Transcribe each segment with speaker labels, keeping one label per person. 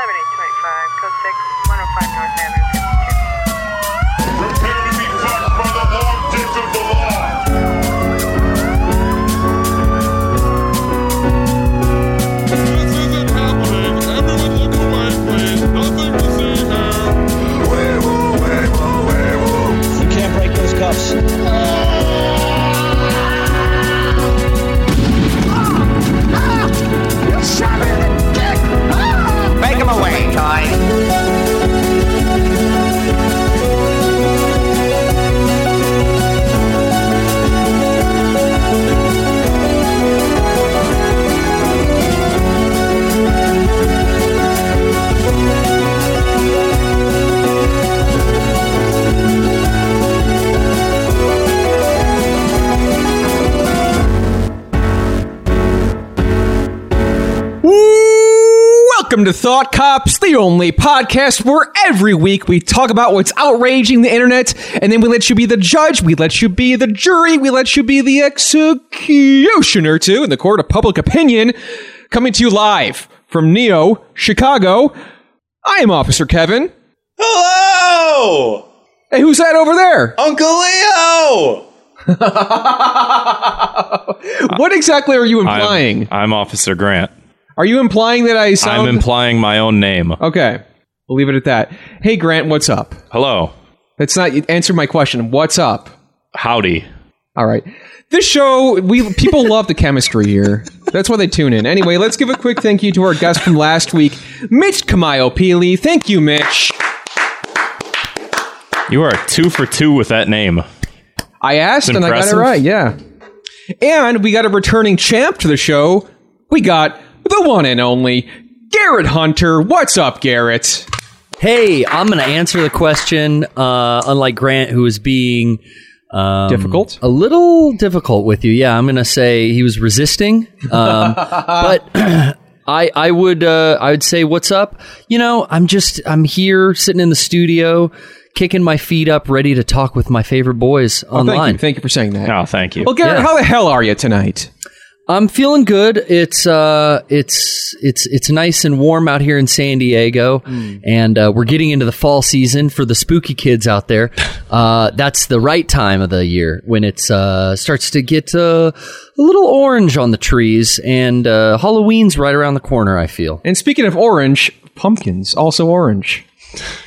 Speaker 1: 105 North Avenue, 52.
Speaker 2: Prepare to be fucked by the long dick of the law.
Speaker 3: This isn't happening. Everyone look away, please. Nothing to see here.
Speaker 4: You can't break those cuffs.
Speaker 5: Make him away, Ty.
Speaker 6: Welcome to Thought Cops, the only podcast where every week we talk about what's outraging the internet, and then we let you be the judge, we let you be the jury, we let you be the executioner too in the court of public opinion. Coming to you live from Neo, Chicago. I am Officer Kevin.
Speaker 7: Hello,
Speaker 6: Hey, who's that over there?
Speaker 7: Uncle Leo.
Speaker 6: What exactly are you implying?
Speaker 7: I'm, Officer Grant.
Speaker 6: are you implying that I sound?
Speaker 7: I'm implying my own name.
Speaker 6: okay, we'll leave it at that. Hey, Grant, what's up?
Speaker 7: Hello,
Speaker 6: That's not answer my question. What's up?
Speaker 7: howdy.
Speaker 6: All right. This show, we people love the chemistry here. That's why they tune in. Anyway, let's give a quick thank you to our guest from last week, Mitch Kamayo Peely. Thank you, Mitch.
Speaker 7: You are two for two with that name.
Speaker 6: I asked and I got it
Speaker 7: Impressive.
Speaker 6: right. Yeah. And we got a returning champ to the show. We got the one and only Garrett Hunter. What's up, Garrett?
Speaker 8: Hey, I'm going to answer the question. Uh, unlike Grant, who is being um,
Speaker 6: Difficult?
Speaker 8: a little difficult with you. Yeah, I'm going to say he was resisting, um, but I I would uh, I would say what's up. You know, I'm just I'm here sitting in the studio, kicking my feet up, ready to talk with my favorite boys
Speaker 6: Oh, Thank
Speaker 8: online.
Speaker 6: you. Thank you for saying that.
Speaker 7: Oh, thank you.
Speaker 6: Well, Garrett,
Speaker 8: Yeah.
Speaker 6: how the hell are you tonight?
Speaker 8: I'm feeling good. It's uh, it's it's it's nice and warm out here in San Diego,
Speaker 7: Hmm.
Speaker 8: and uh, we're getting into the fall season for the spooky kids out there. Uh, that's the right time of the year when it's uh, starts to get uh, a little orange on the trees, and uh, Halloween's right around the corner. I feel.
Speaker 6: And speaking of orange, pumpkins also orange.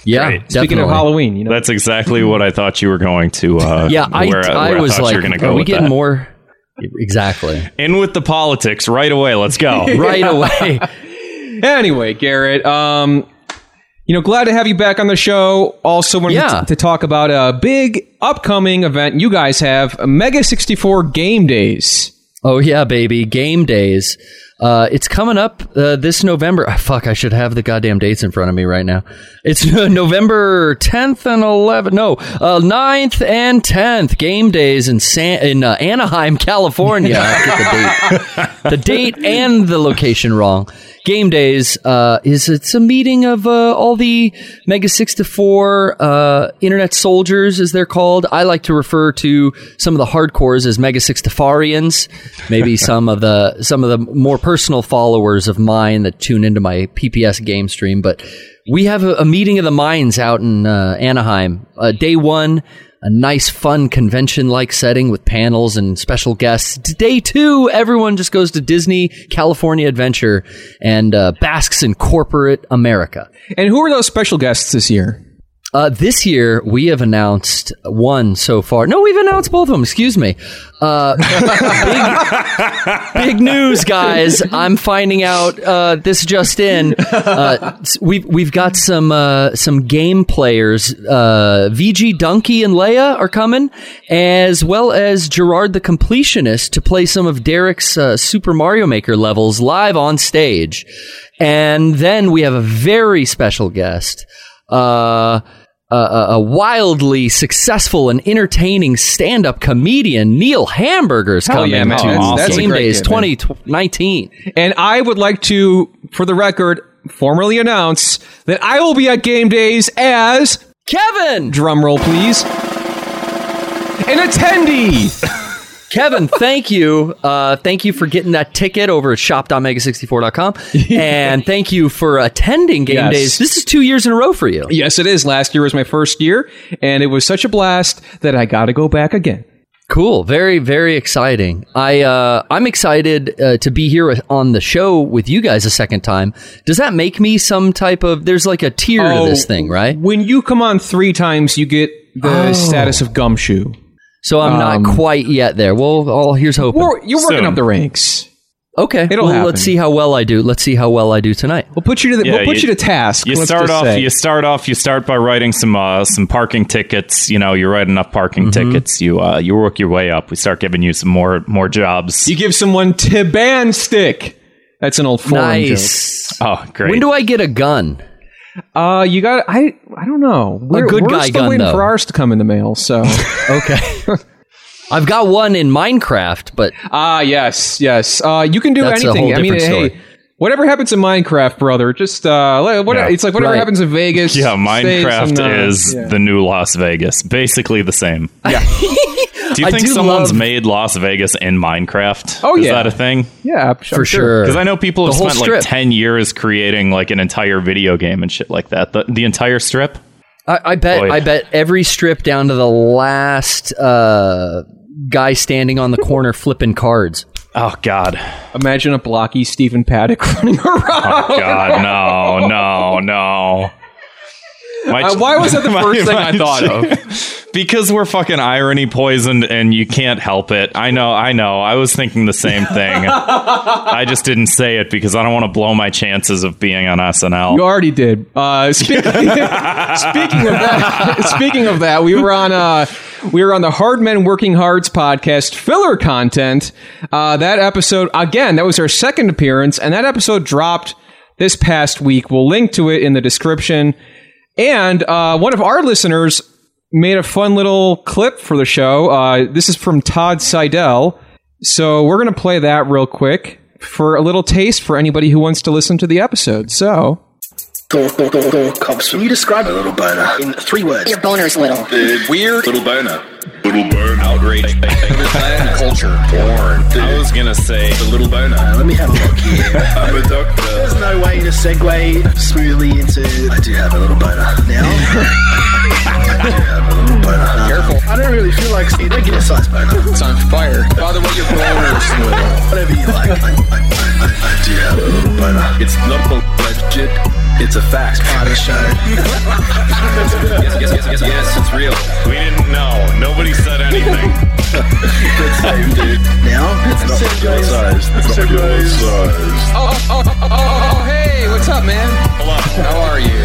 Speaker 8: Yeah,
Speaker 7: Great.
Speaker 8: definitely.
Speaker 6: Speaking of Halloween, you know.
Speaker 7: That's exactly what I thought you were going to. Uh,
Speaker 8: Yeah, I,
Speaker 7: where
Speaker 8: I
Speaker 7: where
Speaker 8: was
Speaker 7: thought
Speaker 8: like,
Speaker 7: you were going to go
Speaker 8: are we
Speaker 7: with
Speaker 8: getting
Speaker 7: that.
Speaker 8: more? Exactly.
Speaker 7: In with the politics right away. Let's go.
Speaker 8: Right away.
Speaker 6: Anyway, Garrett, um, you know, glad to have you back on the show. Also, wanted
Speaker 8: Yeah.
Speaker 6: to, to talk about a big upcoming event you guys have, Mega 64 Game Days.
Speaker 8: Oh yeah, baby, game days. Uh, it's coming up uh, this November. Ah, fuck, I should have the goddamn dates in front of me right now. It's November 10th and 11th. No, uh, 9th and 10th. Game days in San- in uh, Anaheim, California. I get the date. the date and the location wrong. Game days uh, is it's a meeting of uh, all the Mega 64 uh, internet soldiers, as they're called. I like to refer to some of the hardcores as Mega 64ians. Maybe some of the some of the more personal followers of mine that tune into my PPS game stream. But we have a, a meeting of the minds out in uh, Anaheim, uh, day one. A nice, fun convention-like setting with panels and special guests. Day two, everyone just goes to Disney California Adventure and uh, basks in corporate America.
Speaker 6: And who are those special guests this year?
Speaker 8: Uh, this year, we have announced one so far. No, we've announced both of them. Excuse me. Uh, big, big news, guys. I'm finding out uh, this just in. Uh, s- we've we've got some uh, some game players. Uh, VG Donkey and Leia are coming, as well as Gerard the Completionist to play some of Derek's uh, Super Mario Maker levels live on stage. And then we have a very special guest uh, a, a a wildly successful and entertaining stand-up comedian Neil Hamburger's
Speaker 6: Hell
Speaker 8: coming
Speaker 6: yeah, man.
Speaker 8: to
Speaker 6: That's- that's a
Speaker 8: Game
Speaker 6: great
Speaker 8: Days
Speaker 6: kid, man.
Speaker 8: 2019.
Speaker 6: And I would like to, for the record, formally announce that I will be at Game Days as,
Speaker 8: Kevin,
Speaker 6: drum roll please, an attendee.
Speaker 8: Kevin, thank you. Uh, thank you for getting that ticket over at shop.mega64.com. and thank you for attending Game
Speaker 6: Yes.
Speaker 8: Days. This is two years in a row for you.
Speaker 6: Yes, it is. Last year was my first year, and it was such a blast that I got to go back again.
Speaker 8: Cool. Very, very exciting. I, uh, I'm excited uh, to be here on the show with you guys a second time. Does that make me some type of, there's like a tier
Speaker 6: Oh,
Speaker 8: to this thing, right? Oh.
Speaker 6: When you come on three times, you get the status of gumshoe.
Speaker 8: So I'm not quite yet there. Um, Well, all here's hoping.
Speaker 6: Or you're working
Speaker 7: Soon.
Speaker 6: up the ranks.
Speaker 8: okay.
Speaker 6: it'll
Speaker 8: well,
Speaker 6: happen.
Speaker 8: let's see how well I do. Let's see how well I do tonight.
Speaker 6: We'll put you to the,
Speaker 7: Yeah,
Speaker 6: we'll put you, to
Speaker 7: you-
Speaker 6: task.
Speaker 7: You
Speaker 6: let's
Speaker 7: start
Speaker 6: just
Speaker 7: off.
Speaker 6: say.
Speaker 7: You start off. You start by writing some uh, some parking tickets. You know, you write enough parking
Speaker 8: Mm-hmm.
Speaker 7: tickets. You uh, you work your way up. We start giving you some more more jobs.
Speaker 6: You give someone Tiban stick. That's an old forum joke.
Speaker 8: Nice.
Speaker 7: oh, great!
Speaker 8: When do I get a gun?
Speaker 6: Uh, you got I I don't know. We're,
Speaker 8: good
Speaker 6: we're
Speaker 8: guy
Speaker 6: still
Speaker 8: gun,
Speaker 6: waiting
Speaker 8: though.
Speaker 6: for ours to come in the mail. So
Speaker 8: Okay. I've got one in Minecraft, but
Speaker 6: ah yes yes. Uh, you can do
Speaker 8: That's a
Speaker 6: anything.
Speaker 8: whole
Speaker 6: I mean
Speaker 8: different
Speaker 6: hey.
Speaker 8: story.
Speaker 6: Whatever happens in Minecraft, brother, just uh, like, what,
Speaker 7: Yeah,
Speaker 6: it's like whatever
Speaker 8: right.
Speaker 6: happens in Vegas.
Speaker 7: yeah,
Speaker 6: stays in,
Speaker 7: Minecraft
Speaker 6: uh,
Speaker 7: is
Speaker 6: yeah.
Speaker 7: the new Las Vegas. Basically the same. Yeah. do you
Speaker 8: I
Speaker 7: think
Speaker 8: do
Speaker 7: someone's
Speaker 8: love-
Speaker 7: made Las Vegas in Minecraft?
Speaker 6: Oh,
Speaker 7: is
Speaker 6: yeah.
Speaker 7: that a thing?
Speaker 6: yeah, I'm
Speaker 8: for sure.
Speaker 7: Because I know people have
Speaker 8: The whole
Speaker 7: spent
Speaker 8: strip.
Speaker 7: like ten years creating like an entire video game and shit like that. The, the entire strip.
Speaker 8: I, I bet
Speaker 7: Oh, yeah.
Speaker 8: I bet every strip down to the last uh, guy standing on the corner flipping cards.
Speaker 7: Oh God.
Speaker 6: Imagine a blocky Stephen Paddock running around.
Speaker 7: God, no, no, no. My-
Speaker 6: Uh, why was that the
Speaker 7: my-
Speaker 6: first thing I
Speaker 7: my-
Speaker 6: thought of?
Speaker 7: Because we're fucking irony poisoned and you can't help it. I know, I know. I was thinking the same thing. I just didn't say it because I don't want to blow my chances of being on SNL.
Speaker 6: You already did. Uh, speaking, speaking of that, speaking of that, we were on uh, we were on the Hard Men Working Hards podcast filler content. Uh, that episode again, that was our second appearance, and that episode dropped this past week. We'll link to it in the description. And uh, one of our listeners made a fun little clip for the show. Uh, this is from Todd Seidel. So we're going to play that real quick for a little taste for anybody who wants to listen to the episode. So.
Speaker 9: Go, go, go, go, Cubs. Can you describe a little boner in three words?
Speaker 10: Your boner's little.
Speaker 9: Weird little boner.
Speaker 2: Little burn.
Speaker 9: Outrage. Culture. Porn. I was gonna say the little boner. let me have a look here. I'm a doctor. There's no way to segue smoothly into. I do have a little boner now. I do have a little boner. Careful. I don't really feel like. You don't get a size boner. It's on fire. By the way, your boner's little. Whatever you like. I, I, I, I do have a little boner. It's not legit. It's a fact. yes, yes, yes, yes, yes. It's real.
Speaker 2: We didn't know. Nobody said anything.
Speaker 9: Now it's not your size. It's not your size.
Speaker 6: Oh, oh, oh, oh, oh, hey, what's up, man? Hello. How are you?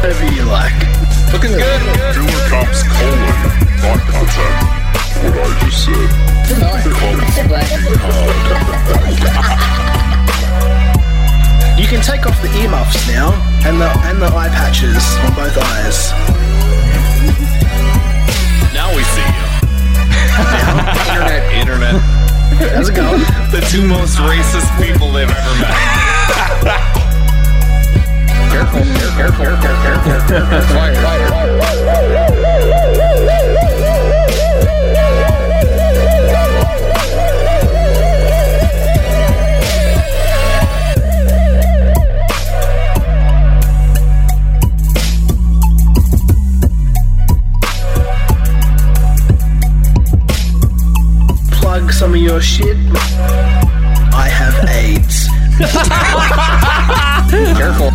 Speaker 9: Whatever you like.
Speaker 6: Looking good.
Speaker 2: Killer Cops colon. Thought contact. What I just said.
Speaker 9: You can take off the earmuffs now and the and the eye patches on both eyes.
Speaker 2: Now we see you. Internet. Internet.
Speaker 9: How's it going?
Speaker 2: The two most racist people they've ever met.
Speaker 9: Plug some of your shit. I have AIDS. Careful.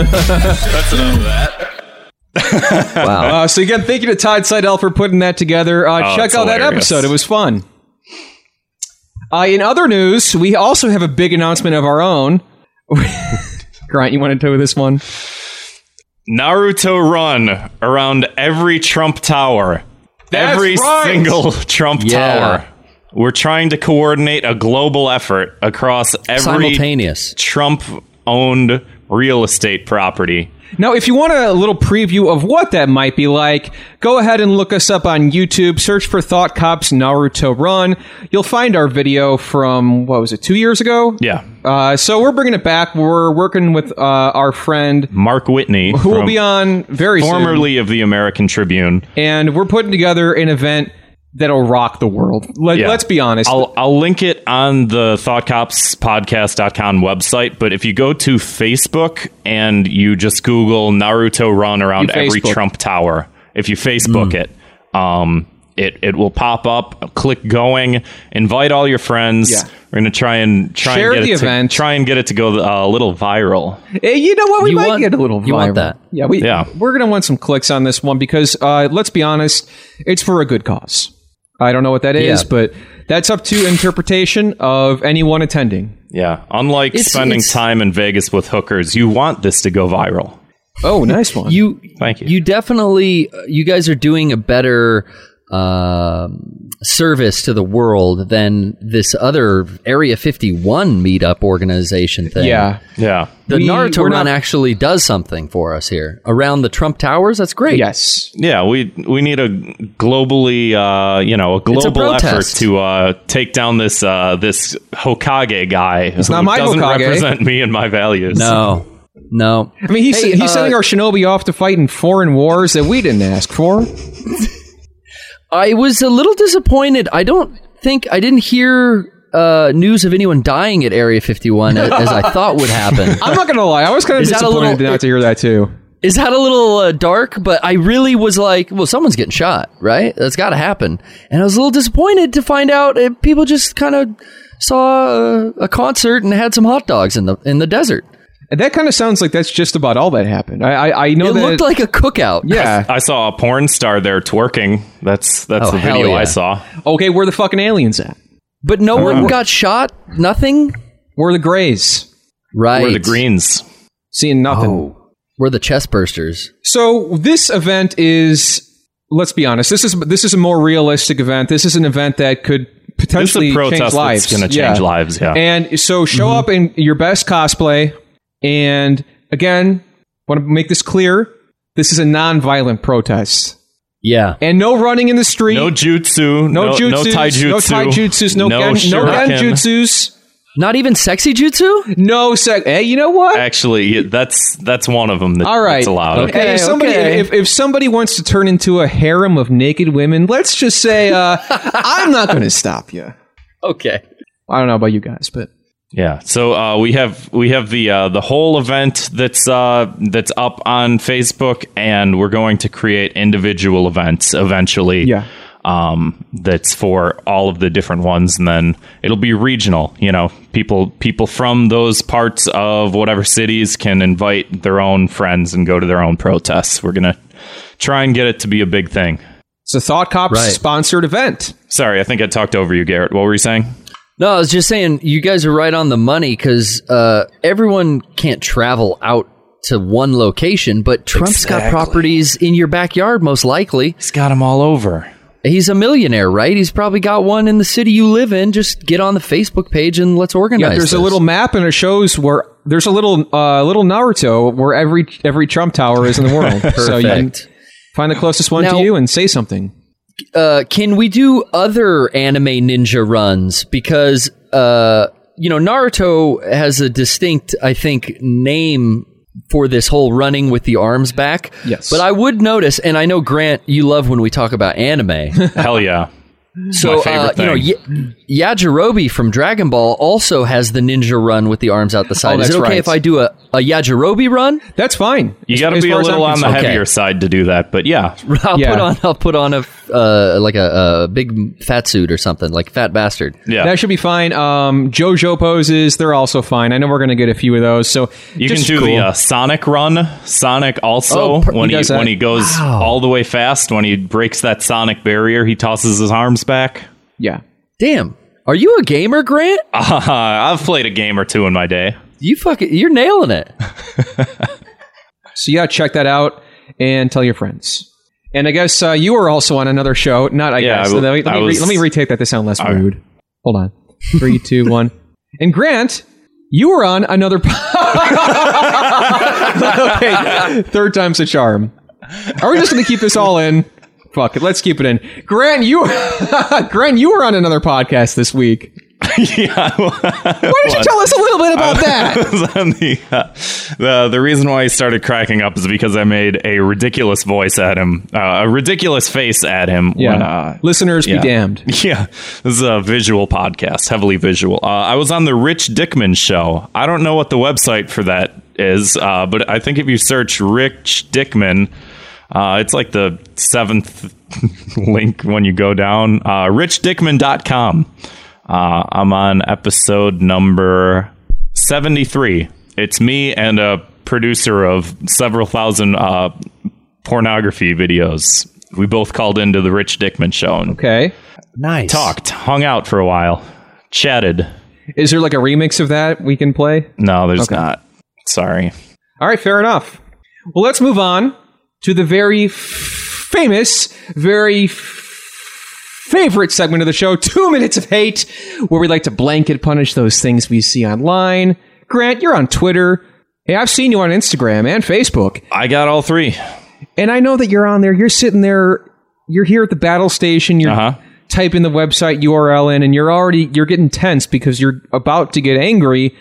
Speaker 2: That's enough of that.
Speaker 6: Uh, so again, thank you to Todd Seidel for putting that together. Uh,
Speaker 7: Oh,
Speaker 6: check
Speaker 7: it's
Speaker 6: out that
Speaker 7: hilarious.
Speaker 6: episode; it was fun. Uh, in other news, we also have a big announcement of our own. Grant, you want to do this one?
Speaker 7: Naruto run around every Trump Tower.
Speaker 6: That's
Speaker 7: every
Speaker 6: right.
Speaker 7: single Trump
Speaker 8: Yeah.
Speaker 7: Tower. We're trying to coordinate a global effort across every
Speaker 8: Simultaneous.
Speaker 7: Trump owned real estate property
Speaker 6: Now, if you want a little preview of what that might be like, go ahead and look us up on YouTube. Search for Thought Cops Naruto Run. You'll find our video from, what was it, two years ago?
Speaker 7: Yeah.
Speaker 6: Uh, so we're bringing it back. We're working with uh, our friend
Speaker 7: Mark Whitney,
Speaker 6: who will be on very soon.
Speaker 7: formerly of the American Tribune.
Speaker 6: And we're putting together an event that'll rock the world. Let,
Speaker 7: Yeah.
Speaker 6: Let's be honest.
Speaker 7: I'll, I'll link it on the thoughtcopspodcast.com website, but if you go to Facebook and you just Google Naruto run around
Speaker 6: You
Speaker 7: every
Speaker 6: Facebook.
Speaker 7: Trump tower, if you Facebook it, um, it, it will pop up. Click going. Invite all your friends.
Speaker 6: Yeah.
Speaker 7: We're gonna try and try
Speaker 6: Share
Speaker 7: and get
Speaker 6: the
Speaker 7: it to-
Speaker 6: event.
Speaker 7: try and get it to go uh, a little viral.
Speaker 6: Eh, you know what? We
Speaker 8: You
Speaker 6: might
Speaker 8: want-
Speaker 6: get a little viral.
Speaker 8: you want that.
Speaker 6: Yeah, we,
Speaker 7: Yeah.
Speaker 6: we're going to want some clicks on this one because, uh, let's be honest, it's for a good cause. I don't know what that is,
Speaker 8: Yeah.
Speaker 6: but that's up to interpretation of anyone attending.
Speaker 7: Yeah, unlike
Speaker 8: It's-
Speaker 7: spending
Speaker 8: it's-
Speaker 7: time in Vegas with hookers, you want this to go viral.
Speaker 6: Oh, nice one.
Speaker 8: you
Speaker 7: Thank you.
Speaker 8: you definitely uh, you guys are doing a better um service to the world than this other area 51 meetup organization thing
Speaker 6: yeah.
Speaker 7: Yeah,
Speaker 8: the
Speaker 6: We-
Speaker 8: naruto
Speaker 6: we're
Speaker 8: run
Speaker 6: not-
Speaker 8: actually does something for us here around the trump towers that's great
Speaker 6: Yes.
Speaker 7: yeah. We we need a globally, uh, you know, a global effort
Speaker 8: protest.
Speaker 7: to uh, take down this uh, this Hokage guy it's who
Speaker 6: not my
Speaker 7: doesn't
Speaker 6: Hokage.
Speaker 7: represent me and my values.
Speaker 8: no no
Speaker 6: I mean, he's,
Speaker 8: Hey,
Speaker 6: he's
Speaker 8: uh,
Speaker 6: sending our shinobi off to fight in foreign wars that we didn't ask for.
Speaker 8: I was a little disappointed. I don't think I didn't hear uh, news of anyone dying at Area 51 a- as I thought would happen.
Speaker 6: I'm not going to lie. I was kind of
Speaker 8: Is that a
Speaker 6: disappointed
Speaker 8: little-
Speaker 6: not to hear that, too.
Speaker 8: Is that a little uh, dark? But I really was like, well, someone's getting shot, right? That's got to happen. And I was a little disappointed to find out uh, people just kind of saw uh, a concert and had some hot dogs in the in the desert.
Speaker 6: And that kind of sounds like that's just about all that happened. I, I, I know
Speaker 8: It
Speaker 6: that.
Speaker 8: looked like a cookout.
Speaker 6: yeah.
Speaker 7: I saw a porn star there twerking. That's that's
Speaker 8: Oh,
Speaker 7: the
Speaker 8: hell
Speaker 7: video I
Speaker 8: yeah.
Speaker 7: saw.
Speaker 6: okay, where the fucking aliens at?
Speaker 8: But no one got shot. Nothing.
Speaker 6: Where the grays?
Speaker 8: Right.
Speaker 7: Where the greens?
Speaker 6: Seeing nothing.
Speaker 8: Oh, we're the chest bursters.
Speaker 6: So this event is, let's be honest, this is this is a more realistic event. This is an event that could
Speaker 7: This is
Speaker 6: potentially
Speaker 7: a protest
Speaker 6: change
Speaker 7: that's
Speaker 6: lives.
Speaker 7: going to change Mm-hmm. lives. Yeah,
Speaker 6: And so show up in your best cosplay. And again, want to make this clear: this is a non-violent protest,
Speaker 8: Yeah.
Speaker 6: and no running in the street,
Speaker 7: no jutsu,
Speaker 6: no,
Speaker 7: no
Speaker 6: jutsus,
Speaker 7: no taijutsu,
Speaker 6: no taijutsus, no,
Speaker 7: no
Speaker 6: gen, no
Speaker 7: shuriken.
Speaker 6: genjutsus,
Speaker 8: Not even sexy jutsu.
Speaker 6: no sec. Hey, you know what?
Speaker 7: Actually, yeah, that's that's one of them. That,
Speaker 6: All right.
Speaker 7: that's allowed.
Speaker 8: Okay.
Speaker 6: Hey, if somebody
Speaker 8: okay.
Speaker 6: if, if somebody wants to turn into a harem of naked women, let's just say uh, I'm not going to stop you.
Speaker 8: Okay.
Speaker 6: I don't know about you guys, but
Speaker 7: Yeah. So uh, we have we have the uh, the whole event that's uh, that's up on Facebook, and we're going to create individual events eventually.
Speaker 6: Yeah.
Speaker 7: Um, that's for all of the different ones, and then it'll be regional. You know, people people from those parts of whatever cities can invite their own friends and go to their own protests. We're gonna try and get it to be a big thing.
Speaker 6: it's a Thought Cops
Speaker 8: Right.
Speaker 6: sponsored event.
Speaker 7: Sorry, I think I talked over you, Garrett. What were you saying?
Speaker 8: No, I was just saying you guys are right on the money because uh, everyone can't travel out to one location, but Trump's got properties in your backyard, most likely.
Speaker 7: He's got them all over.
Speaker 8: He's a millionaire, right? He's probably got one in the city you live in. Just get on the Facebook page and let's organize.
Speaker 6: Yeah, there's a
Speaker 8: this.
Speaker 6: little map and it shows where there's a little uh, little Naruto where every every Trump Tower is in the world. So you can
Speaker 8: Perfect.
Speaker 6: find the closest one
Speaker 8: Now-
Speaker 6: to you and say something.
Speaker 8: uh, can we do other anime ninja runs? Because uh, you know Naruto has a distinct, I think, name for this whole running with the arms back.
Speaker 6: Yes.
Speaker 8: But I would notice, and I know Grant, you love when we talk about anime.
Speaker 7: Hell yeah.
Speaker 8: so
Speaker 7: My favorite
Speaker 8: uh, you know, y- Yajirobe from Dragon Ball also has the ninja run with the arms out the side. Is it
Speaker 6: Oh, that's
Speaker 8: okay
Speaker 6: right.
Speaker 8: if I do a, a Yajirobe run?
Speaker 6: That's fine.
Speaker 7: You got to be a little on the
Speaker 8: concerned.
Speaker 7: heavier side to do that, but yeah,
Speaker 8: I'll
Speaker 6: Yeah.
Speaker 8: put on I'll put on a uh, like a, a big fat suit or something like fat bastard.
Speaker 7: yeah.
Speaker 6: That should be fine. Um, JoJo poses, they're also fine. I know we're going to get a few of those. So
Speaker 7: you can
Speaker 6: just
Speaker 7: do
Speaker 6: cool.
Speaker 7: the uh, Sonic run. Sonic also
Speaker 6: Oh, per-
Speaker 7: when
Speaker 6: he
Speaker 7: he,
Speaker 6: does that.
Speaker 7: when he goes all the way fast, when he breaks that Sonic barrier, he tosses his arms back.
Speaker 6: yeah.
Speaker 8: Damn. Are you a gamer, Grant?
Speaker 7: I've played a game or two in my day.
Speaker 8: You fucking, you're nailing it.
Speaker 6: So yeah, check that out and tell your friends. And I guess uh, you were also on another show. Not I
Speaker 7: Yeah,
Speaker 6: guess.
Speaker 7: I w-
Speaker 6: let, me, let,
Speaker 7: I
Speaker 6: me re-
Speaker 7: was-
Speaker 6: let me retake that to sound less rude. Hold on. Three, two, one. And Grant You were on another. po- okay, third time's a charm. Are we just going to keep this all in? Fuck it, let's keep it in. Grant, you, Grant, you were on another podcast this week.
Speaker 7: yeah,
Speaker 6: Why don't you tell us a little bit about that?
Speaker 7: on the, uh, the the reason why he started cracking up is because I made a ridiculous voice at him, uh, a ridiculous face at him. When, uh,
Speaker 6: listeners
Speaker 7: yeah.
Speaker 6: be damned.
Speaker 7: Yeah, this is a visual podcast, heavily visual. Uh, I was on the Rich Dickman show. I don't know what the website for that is, uh, but I think if you search Rich Dickman, uh, it's like the seventh link when you go down. Uh, RichDickman.com. Uh, I'm on episode number 73. It's me and a producer of several thousand uh, pornography videos. We both called into the Rich Dickman show and
Speaker 6: Okay,
Speaker 8: Nice.
Speaker 7: talked, hung out for a while, chatted.
Speaker 6: is there like a remix of that we can play?
Speaker 7: No, there's not. Sorry.
Speaker 6: All right, fair enough. Well, let's move on to the very f- famous, very f- favorite segment of the show, Two Minutes of Hate, where we like to blanket punish those things we see online. Grant, you're on Twitter. Hey, I've seen you on Instagram and Facebook,
Speaker 7: I got all three.
Speaker 6: and I know that you're on there. You're sitting there, you're here at the battle station, you're
Speaker 7: Uh huh.
Speaker 6: typing the website URL in, and you're already, you're getting tense because you're about to get angry.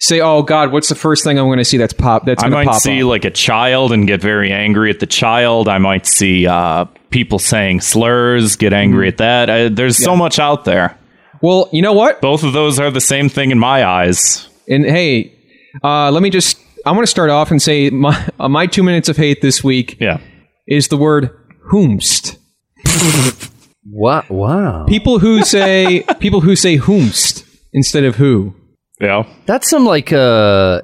Speaker 6: Say, oh God, what's the first thing I'm going to see that's pop, that's
Speaker 7: I
Speaker 6: going to
Speaker 7: might
Speaker 6: pop
Speaker 7: see
Speaker 6: up?
Speaker 7: like a child and get very angry at the child. I might see uh, people saying slurs, get angry at that. I, there's so much out there.
Speaker 6: Well, you know what?
Speaker 7: Both of those are the same thing in my eyes.
Speaker 6: And hey, uh, let me just. I want to start off and say my uh, my two minutes of hate this week
Speaker 7: Yeah.
Speaker 6: is the word whomst.
Speaker 8: Wow. Wow.
Speaker 6: People who say people who say whomst instead of who.
Speaker 7: Yeah.
Speaker 8: That's some like uh,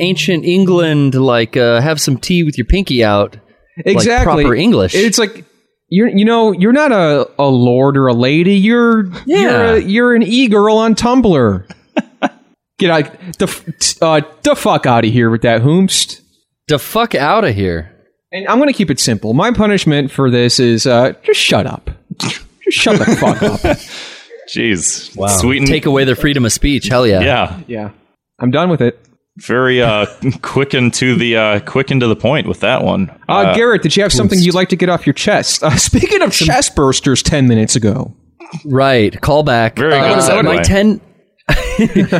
Speaker 8: ancient England, like uh, have some tea with your pinky out.
Speaker 6: Exactly.
Speaker 8: proper English.
Speaker 6: It's like you're you know you're not a, a lord or a lady. You're you're
Speaker 8: Yeah.
Speaker 6: a, you're an e girl on Tumblr. Get out the f- t- uh, the fuck out of here with that whomst.
Speaker 8: The fuck out of here.
Speaker 6: And I'm going to keep it simple. My punishment for this is uh, just shut up. Just shut the fuck up.
Speaker 7: Jeez. Wow. Sweet and
Speaker 8: Take away their freedom of speech. Hell yeah.
Speaker 7: Yeah.
Speaker 6: Yeah. I'm done with it.
Speaker 7: Very uh, quick and to the uh, quick and to the point with that one.
Speaker 6: Uh, Garrett, did you have something you'd like to get off your chest? Uh, speaking of chest bursters 10 minutes ago.
Speaker 8: Right. Call back.
Speaker 7: Very
Speaker 8: Uh,
Speaker 7: good
Speaker 8: what-
Speaker 7: segue.
Speaker 8: My ten.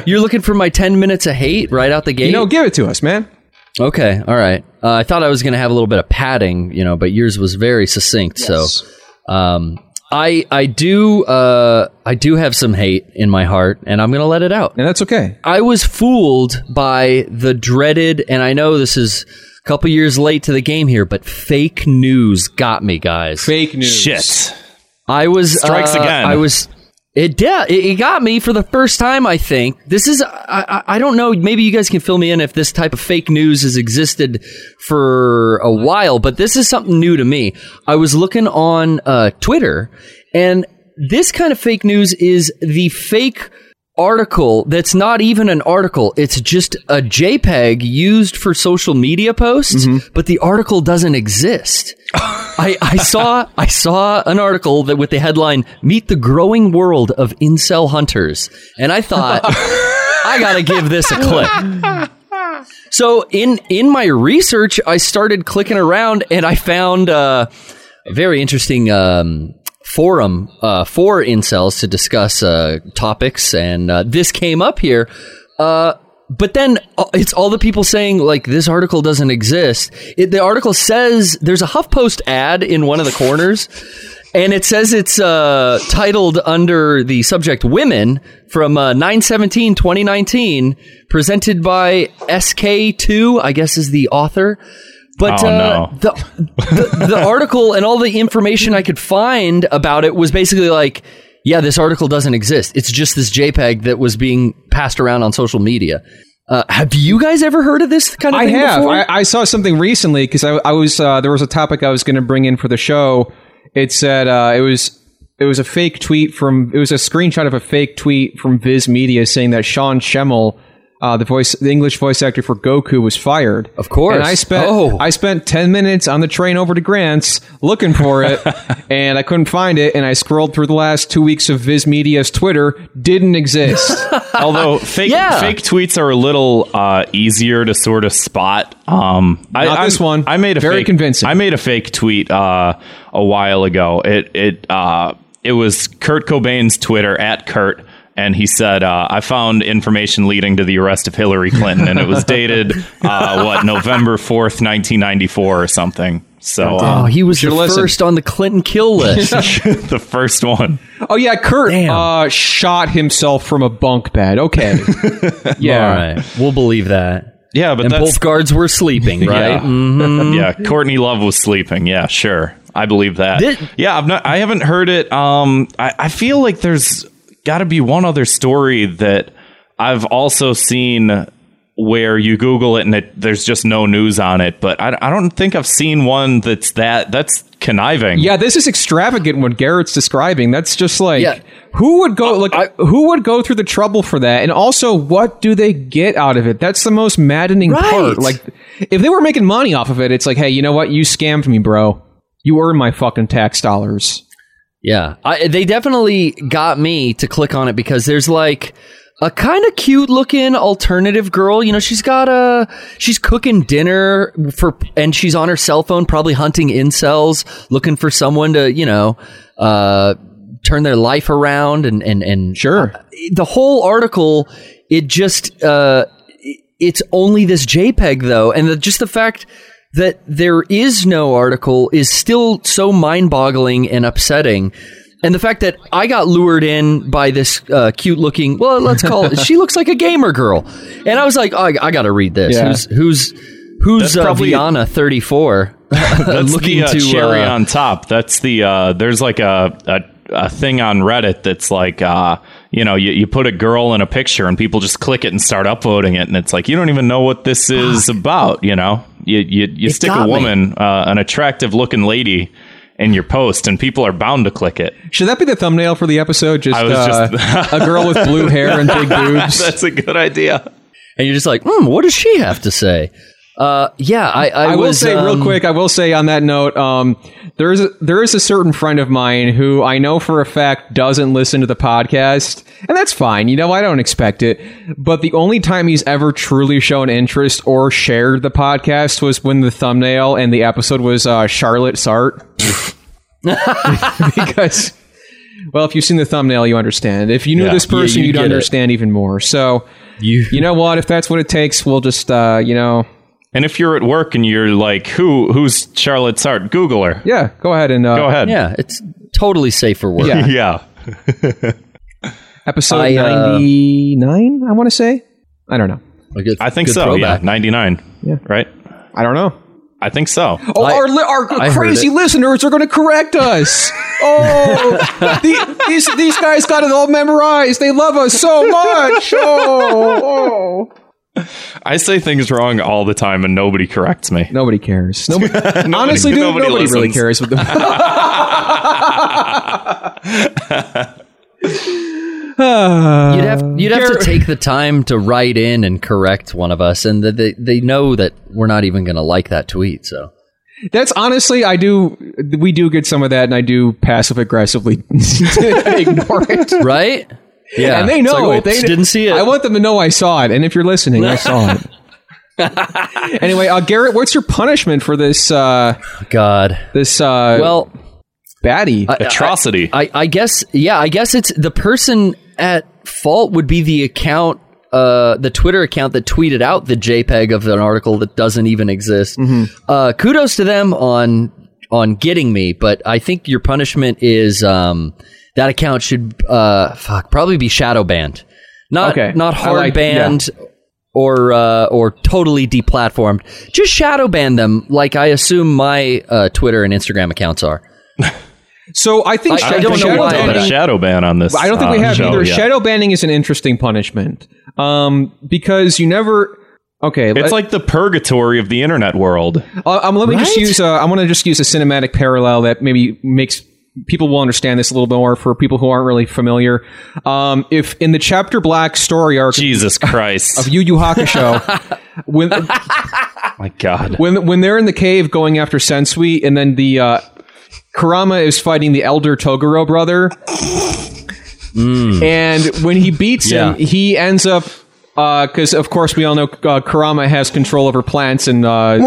Speaker 8: You're looking for my ten minutes of hate right out the gate.
Speaker 6: You know, give it to us, man.
Speaker 8: okay. All right. Uh, I thought I was going to have a little bit of padding, you know, but yours was very succinct. So, um, I I do uh, I do have some hate in my heart, and I'm going to let it out.
Speaker 6: And that's okay.
Speaker 8: I was fooled by the dreaded, and I know this is a couple years late to the game here, but fake news got me, guys.
Speaker 6: Fake news.
Speaker 7: Shit.
Speaker 8: I was
Speaker 7: Strikes
Speaker 8: uh,
Speaker 7: again.
Speaker 8: I was. It yeah, it, it got me for the first time. I think this is. I, I I don't know. Maybe you guys can fill me in if this type of fake news has existed for a while, but this is something new to me. I was looking on uh, Twitter, and this kind of fake news is the fake article that's not even an article it's just a jpeg used for social media posts
Speaker 7: Mm-hmm.
Speaker 8: but the article doesn't exist I, I saw I saw an article that with the headline "Meet the Growing World of Incel Hunters," and I thought I gotta give this a click. So in in my research, I started clicking around and I found uh, a very interesting um, forum uh, for incels to discuss uh, topics, and uh, this came up here. Uh, but then uh, it's all the people saying like this article doesn't exist. It, the article says there's a HuffPost ad in one of the corners, and it says it's uh, titled under the subject "Women" from uh, 917 2019, presented by SK2, I guess is the author. But
Speaker 7: Oh,
Speaker 8: uh,
Speaker 7: no.
Speaker 8: the, the the article and all the information I could find about it was basically like, yeah, this article doesn't exist. It's just this JPEG that was being passed around on social media. Uh, have you guys ever heard of this kind of
Speaker 6: I
Speaker 8: thing
Speaker 6: have.
Speaker 8: before?
Speaker 6: I, I saw something recently because I, I was uh, there was a topic I was going to bring in for the show. It said uh, it was it was a fake tweet from it was a screenshot of a fake tweet from Viz Media saying that Sean Schemmel Uh, the voice, the English voice actor for Goku was fired.
Speaker 8: Of course.
Speaker 6: And I spent
Speaker 8: Oh.
Speaker 6: I spent ten minutes on the train over to Grant's looking for it, and I couldn't find it. And I scrolled through the last two weeks of Viz Media's Twitter. Didn't exist.
Speaker 7: Although fake
Speaker 8: Yeah.
Speaker 7: fake tweets are a little uh, easier to sort of spot. Um, I,
Speaker 6: Not this
Speaker 7: I'm-
Speaker 6: one.
Speaker 7: I made a
Speaker 6: Very
Speaker 7: fake,
Speaker 6: convincing.
Speaker 7: I made a fake tweet uh, a while ago. It it uh, it was Kurt Cobain's Twitter at Kurt. And he said, uh, "I found information leading to the arrest of Hillary Clinton, and it was dated uh, what November fourth, nineteen ninety four, or something." So
Speaker 8: Oh,
Speaker 7: uh,
Speaker 8: he was the
Speaker 6: Should've listened.
Speaker 8: first on the Clinton kill list.
Speaker 7: the first one.
Speaker 6: oh yeah, Kurt
Speaker 8: Damn.
Speaker 6: uh, shot himself from a bunk bed. Okay, yeah.
Speaker 8: All right. We'll believe that.
Speaker 7: Yeah, but
Speaker 8: and
Speaker 7: that's
Speaker 8: both guards were sleeping, right?
Speaker 7: Yeah. yeah, Courtney Love was sleeping. Yeah, sure. I believe that.
Speaker 8: Did-
Speaker 7: yeah, I've not I haven't heard it. Um I, I feel like there's gotta be one other story that I've also seen where you Google it and it, there's just no news on it, but I, I don't think I've seen one that's that that's conniving.
Speaker 6: Yeah, this is extravagant what Garrett's describing. That's just like
Speaker 8: Yeah.
Speaker 6: who would go like who would go through the trouble for that? And also, what do they get out of it? That's the most maddening
Speaker 8: Right.
Speaker 6: part. Like if they were making money off of it, it's like, hey, you know what? You scammed me, bro. You earned my fucking tax dollars.
Speaker 8: Yeah, I, they definitely got me to click on it because there's like a kind of cute looking alternative girl. You know, she's got a she's cooking dinner for, and she's on her cell phone, probably hunting incels, looking for someone to you know uh, turn their life around and and and
Speaker 6: Sure.
Speaker 8: the whole article it just uh it's only this jpeg though and the, just the fact that there is no article is still so mind-boggling and upsetting and the fact that i got lured in by this uh, cute looking well let's call it she looks like a gamer girl and i was like oh, i, I gotta read this
Speaker 6: Yeah.
Speaker 8: who's who's who's
Speaker 7: That's
Speaker 8: uh,
Speaker 7: probably-
Speaker 8: Viana 34
Speaker 7: that's
Speaker 8: looking
Speaker 7: the, uh,
Speaker 8: to,
Speaker 7: cherry
Speaker 8: uh,
Speaker 7: on top. That's the uh, there's like a, a a thing on Reddit that's like uh, you know you, you put a girl in a picture and people just click it and start upvoting it and it's like you don't even know what this is about. You know you you, you stick
Speaker 8: got
Speaker 7: a
Speaker 8: me.
Speaker 7: woman uh, an attractive looking lady in your post and people are bound to click it.
Speaker 6: Should that be the thumbnail for the episode? Just,
Speaker 7: was
Speaker 6: uh, a girl with blue hair and big boobs.
Speaker 7: That's a good idea.
Speaker 8: and you're just like hmm what does she have to say uh, yeah i, I,
Speaker 6: I will
Speaker 8: was,
Speaker 6: say real
Speaker 8: um,
Speaker 6: quick. I will say on that note, um, there is a, there is a certain friend of mine who I know for a fact doesn't listen to the podcast, and that's fine. You know, I don't expect it. But the only time he's ever truly shown interest or shared the podcast was when the thumbnail and the episode was uh, Charlotte Sart, because. Well, if you've seen the thumbnail, you understand. If you knew
Speaker 7: Yeah.
Speaker 6: this
Speaker 7: Yeah,
Speaker 6: person,
Speaker 8: you
Speaker 6: you'd
Speaker 8: get it.
Speaker 6: understand even more. So,
Speaker 8: You-
Speaker 6: you know what? If that's what it takes, we'll just, uh, you know,
Speaker 7: And if you're at work and you're like who who's Charlotte Sart? Google her.
Speaker 6: yeah, go ahead and uh,
Speaker 7: Go ahead.
Speaker 8: yeah it's totally safe for work
Speaker 6: Yeah.
Speaker 7: Yeah.
Speaker 6: episode
Speaker 8: I, uh,
Speaker 6: 99 i want to say i don't know
Speaker 8: A good-
Speaker 7: I think
Speaker 8: good
Speaker 7: so.
Speaker 8: throwback.
Speaker 7: Yeah. Ninety nine. Yeah. Right.
Speaker 6: i don't know
Speaker 7: I think so.
Speaker 6: oh
Speaker 8: I-
Speaker 6: our, li- our
Speaker 8: I heard
Speaker 6: crazy
Speaker 8: it.
Speaker 6: listeners are going to correct us oh the, these, these guys got it all memorized they love us so much oh, oh.
Speaker 7: I say things wrong all the time and nobody corrects me.
Speaker 6: nobody cares nobody, honestly dude
Speaker 7: nobody
Speaker 6: nobody, really
Speaker 7: listens.
Speaker 6: cares with them
Speaker 8: You'd have you'd have to take the time to write in and correct one of us, and th- they they know that we're not even going to like that tweet. So
Speaker 6: That's honestly, I do. We do get some of that, and I do passive aggressively ignore it.
Speaker 8: right, yeah,
Speaker 6: and they know
Speaker 8: It's like,
Speaker 6: it.
Speaker 8: "Oops,
Speaker 6: They
Speaker 8: didn't see it.
Speaker 6: I want them to know I saw it. And if you're listening, I saw it. anyway, uh, Garrett, what's your punishment for this uh,
Speaker 8: God.
Speaker 6: this uh,
Speaker 8: Well,
Speaker 6: baddie?
Speaker 7: Atrocity.
Speaker 8: I, I guess yeah, I guess it's the person at fault would be the account uh, the Twitter account that tweeted out the JPEG of an article that doesn't even exist.
Speaker 6: Mm-hmm.
Speaker 8: Uh, kudos to them on on getting me, but I think your punishment is um, that account should uh, fuck probably be shadow banned, not
Speaker 6: Okay.
Speaker 8: not
Speaker 6: I
Speaker 8: hard
Speaker 6: like-
Speaker 8: banned or uh, or totally deplatformed. Just shadow ban them, like I assume my uh, Twitter and Instagram accounts are.
Speaker 6: so I think
Speaker 8: I- I
Speaker 6: shadow-
Speaker 8: don't know
Speaker 6: shadow
Speaker 8: why,
Speaker 7: Don't have
Speaker 8: but
Speaker 7: a
Speaker 6: banning-
Speaker 7: shadow ban on this.
Speaker 6: I don't think we
Speaker 7: uh,
Speaker 6: have
Speaker 7: show
Speaker 6: either.
Speaker 7: yet.
Speaker 6: Shadow banning is an interesting punishment um, because you never. Okay,
Speaker 7: It's like the purgatory of the internet world.
Speaker 8: Oh.
Speaker 6: Uh, um, let me just
Speaker 8: Right?
Speaker 6: use. Uh, I want to just use a cinematic parallel that maybe makes people will understand this a little bit more for people who aren't really familiar. Um, if in the chapter black story arc
Speaker 7: Jesus Christ.
Speaker 6: of Yu Yu Hakusho, when
Speaker 7: my God.
Speaker 6: when when they're in the cave going after Sensui, and then the uh, Kurama is fighting the elder Toguro brother, and when he beats him,
Speaker 8: Hmm. Yeah.
Speaker 6: he ends up. Because of course we all know uh, Kurama has control over plants and uh,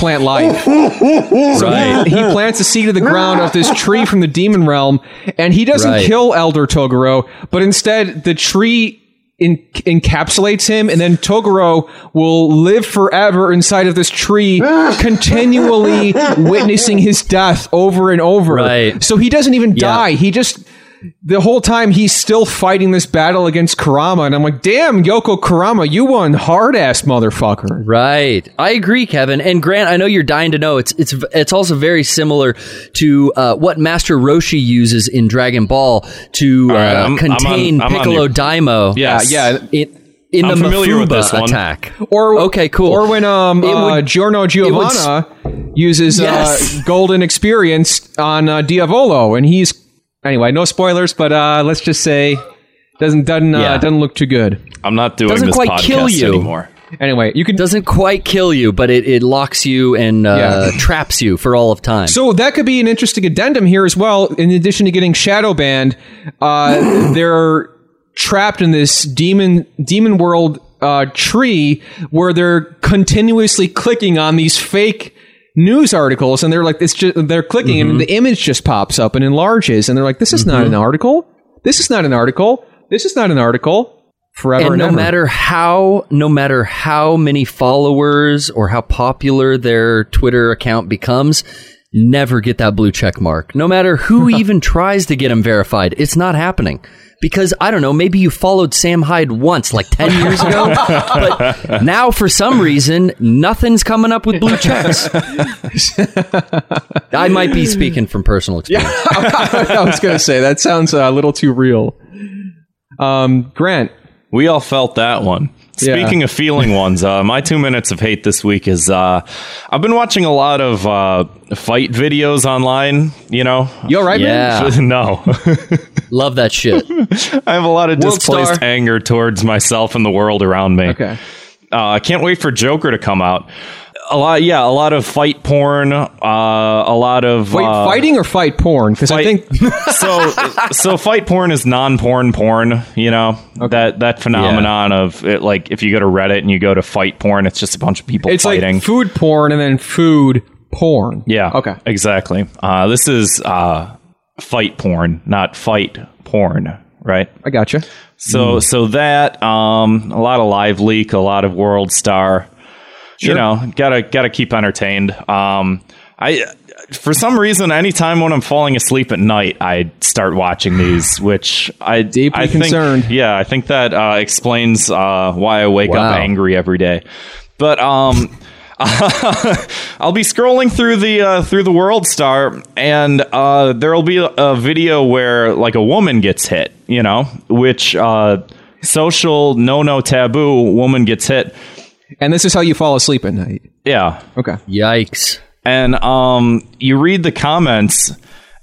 Speaker 6: plant life.
Speaker 8: Right.
Speaker 6: he plants a seed in the ground of this tree from the demon realm, and he doesn't
Speaker 8: Right.
Speaker 6: kill Elder Toguro, but instead the tree in- encapsulates him, and then Toguro will live forever inside of this tree, continually witnessing his death over and over.
Speaker 8: Right.
Speaker 6: So he doesn't even die. He just. The whole time he's still fighting this battle against Kurama, and I'm like, "Damn, Yoko Kurama, you won hard ass motherfucker."
Speaker 8: Right, I agree, Kevin and Grant. I know you're dying to know. It's it's it's also very similar to uh, what Master Roshi uses in Dragon Ball to uh,
Speaker 7: right, I'm- I'm
Speaker 8: contain
Speaker 7: on- I'm on
Speaker 8: Piccolo
Speaker 7: your-
Speaker 8: Daimo.
Speaker 7: Yes.
Speaker 8: yeah. It, in
Speaker 7: I'm
Speaker 8: the
Speaker 7: familiar
Speaker 8: Mafuba
Speaker 7: with this one.
Speaker 8: attack.
Speaker 6: Uh, Or
Speaker 8: Okay, cool.
Speaker 6: Or when um
Speaker 8: It would-
Speaker 6: uh, Giorno
Speaker 8: would s-
Speaker 6: Giovanna uses
Speaker 8: Yes.
Speaker 6: uh, golden experience on uh, Diavolo, and he's anyway no spoilers, but uh, let's just say doesn't doesn't uh,
Speaker 8: Yeah.
Speaker 6: doesn't look too good.
Speaker 7: I'm not doing
Speaker 8: Doesn't
Speaker 7: this
Speaker 8: quite
Speaker 7: podcast
Speaker 8: kill you.
Speaker 7: anymore.
Speaker 6: Anyway, you can.
Speaker 8: doesn't quite kill you, but it, it locks you and uh,
Speaker 6: Yeah.
Speaker 8: traps you for all of time.
Speaker 6: so that could be an interesting addendum here as well. In addition to getting shadow banned, uh, they're trapped in this demon demon world uh, tree where they're continuously clicking on these fake news articles, and they're like, it's just they're clicking,
Speaker 8: Mm-hmm.
Speaker 6: and the image just pops up and enlarges, and they're like, this is not an article. This is not an article. This is not an article. Forever and,
Speaker 8: and no
Speaker 6: ever.
Speaker 8: matter how no matter how many followers or how popular their twitter account becomes never get that blue check mark no matter who even tries to get them verified it's not happening because i don't know maybe you followed sam hyde once like 10 years ago but now for some reason nothing's coming up with blue checks i might be speaking from personal experience
Speaker 6: I was going to say that sounds uh, a little too real. Um, Grant,
Speaker 7: We all felt that one.
Speaker 6: Yeah.
Speaker 7: Speaking of feeling ones, uh, my two minutes of hate this week is uh, I've been watching a lot of uh, fight videos online. You know,
Speaker 6: you all right, man?
Speaker 8: yeah
Speaker 7: no,
Speaker 8: love that shit
Speaker 7: I have a lot of
Speaker 8: World
Speaker 7: displaced
Speaker 8: star.
Speaker 7: anger towards myself and the world around me.
Speaker 6: Okay.
Speaker 7: Uh, I can't wait for Joker to come out. A lot, yeah, a lot of fight porn. Uh, a lot of
Speaker 6: Wait,
Speaker 7: uh,
Speaker 6: fighting or fight porn? Because I
Speaker 7: fight-
Speaker 6: think
Speaker 7: so so fight porn is non-porn porn you know that that phenomenon of it, like if you go to reddit and you go to fight porn it's just a bunch of people
Speaker 6: it's
Speaker 7: fighting
Speaker 6: like food porn and then food porn.
Speaker 7: yeah
Speaker 6: Okay.
Speaker 7: exactly uh, this is uh, fight porn not fight porn right
Speaker 6: I gotcha.
Speaker 7: so
Speaker 6: Hmm.
Speaker 7: so that um, a lot of live leak a lot of world star you know gotta gotta keep entertained um, i for some reason anytime when i'm falling asleep at night i start watching these which i
Speaker 6: Deeply
Speaker 7: I think,
Speaker 6: concerned.
Speaker 7: yeah i think that uh, explains uh, why i wake
Speaker 8: Wow.
Speaker 7: up angry every day but um I'll be scrolling through the uh, through the World Star, and uh, there'll be a, a video where like a woman gets hit, you know, which uh, social no no taboo woman gets hit,
Speaker 6: And this is how you fall asleep at night.
Speaker 7: yeah,
Speaker 6: Okay.
Speaker 8: yikes
Speaker 7: and um, you read the comments,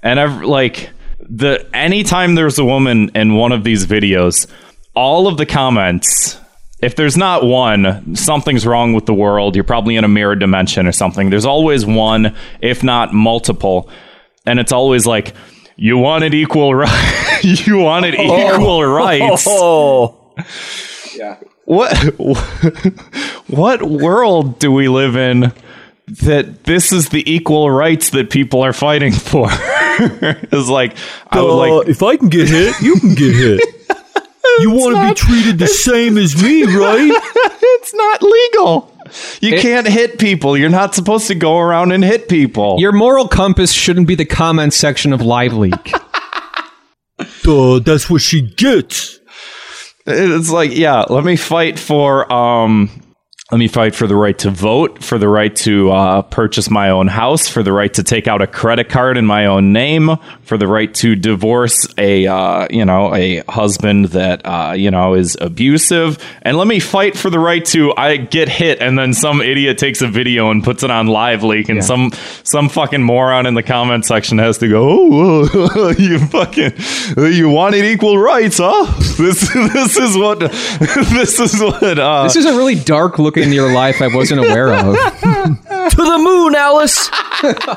Speaker 7: and I've like the anytime there's a woman in one of these videos, all of the comments. If there's not one, something's wrong with the world. You're probably in a mirror dimension or something. There's always one, if not multiple, and it's always like you wanted equal rights. you wanted equal rights. What what world do we live in that this is the equal rights that people are fighting for? it's like I would like
Speaker 10: if I can get hit, you can get hit. You want to be treated the same as me, right?
Speaker 7: it's not legal. You can't hit people. You're not supposed to go around and hit people.
Speaker 6: Your moral compass shouldn't be the comment section of Live Leak.
Speaker 7: Uh,
Speaker 10: Duh, Oh, that's what she gets.
Speaker 7: it's like yeah. Let me fight for um. Let me fight for the right to vote, for the right to uh, purchase my own house, for the right to take out a credit card in my own name, for the right to divorce a uh, you know a husband that uh, you know is abusive, and let me fight for the right to I get hit and then some idiot takes a video and puts it on live leak, and some some fucking moron in the comment section has to go, oh, you fucking you wanted equal rights, huh? This this is what this is what uh,
Speaker 6: This is a really dark look in your life I wasn't aware of.
Speaker 8: to the moon, Alice. uh,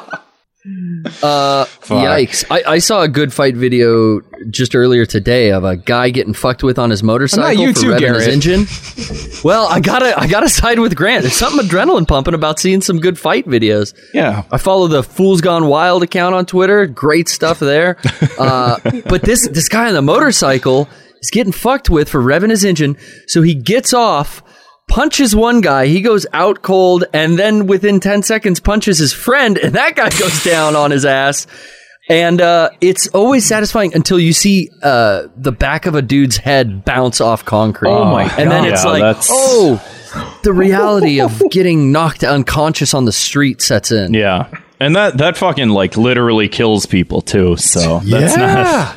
Speaker 8: yikes! I, I saw a good fight video just earlier today of a guy getting fucked with on his motorcycle
Speaker 6: you
Speaker 8: for
Speaker 6: too,
Speaker 8: revving his
Speaker 6: Garrett.
Speaker 8: engine. well, I gotta, I gotta side with Grant. There's something adrenaline pumping about seeing some good fight videos.
Speaker 7: yeah.
Speaker 8: I follow the Fools Gone Wild account on Twitter. Great stuff there. Uh, but this this guy on the motorcycle is getting fucked with for revving his engine. So he gets off, punches one guy. He goes out cold, and then within ten seconds punches his friend, and that guy goes down on his ass. And uh, it's always satisfying until you see uh, the back of a dude's head bounce off concrete. Oh
Speaker 7: my
Speaker 8: And then
Speaker 7: God.
Speaker 8: it's
Speaker 7: Yeah,
Speaker 8: like,
Speaker 7: that's-
Speaker 8: oh, the reality of getting knocked unconscious on the street sets in.
Speaker 7: Yeah. And that that fucking like literally kills people too. So that's not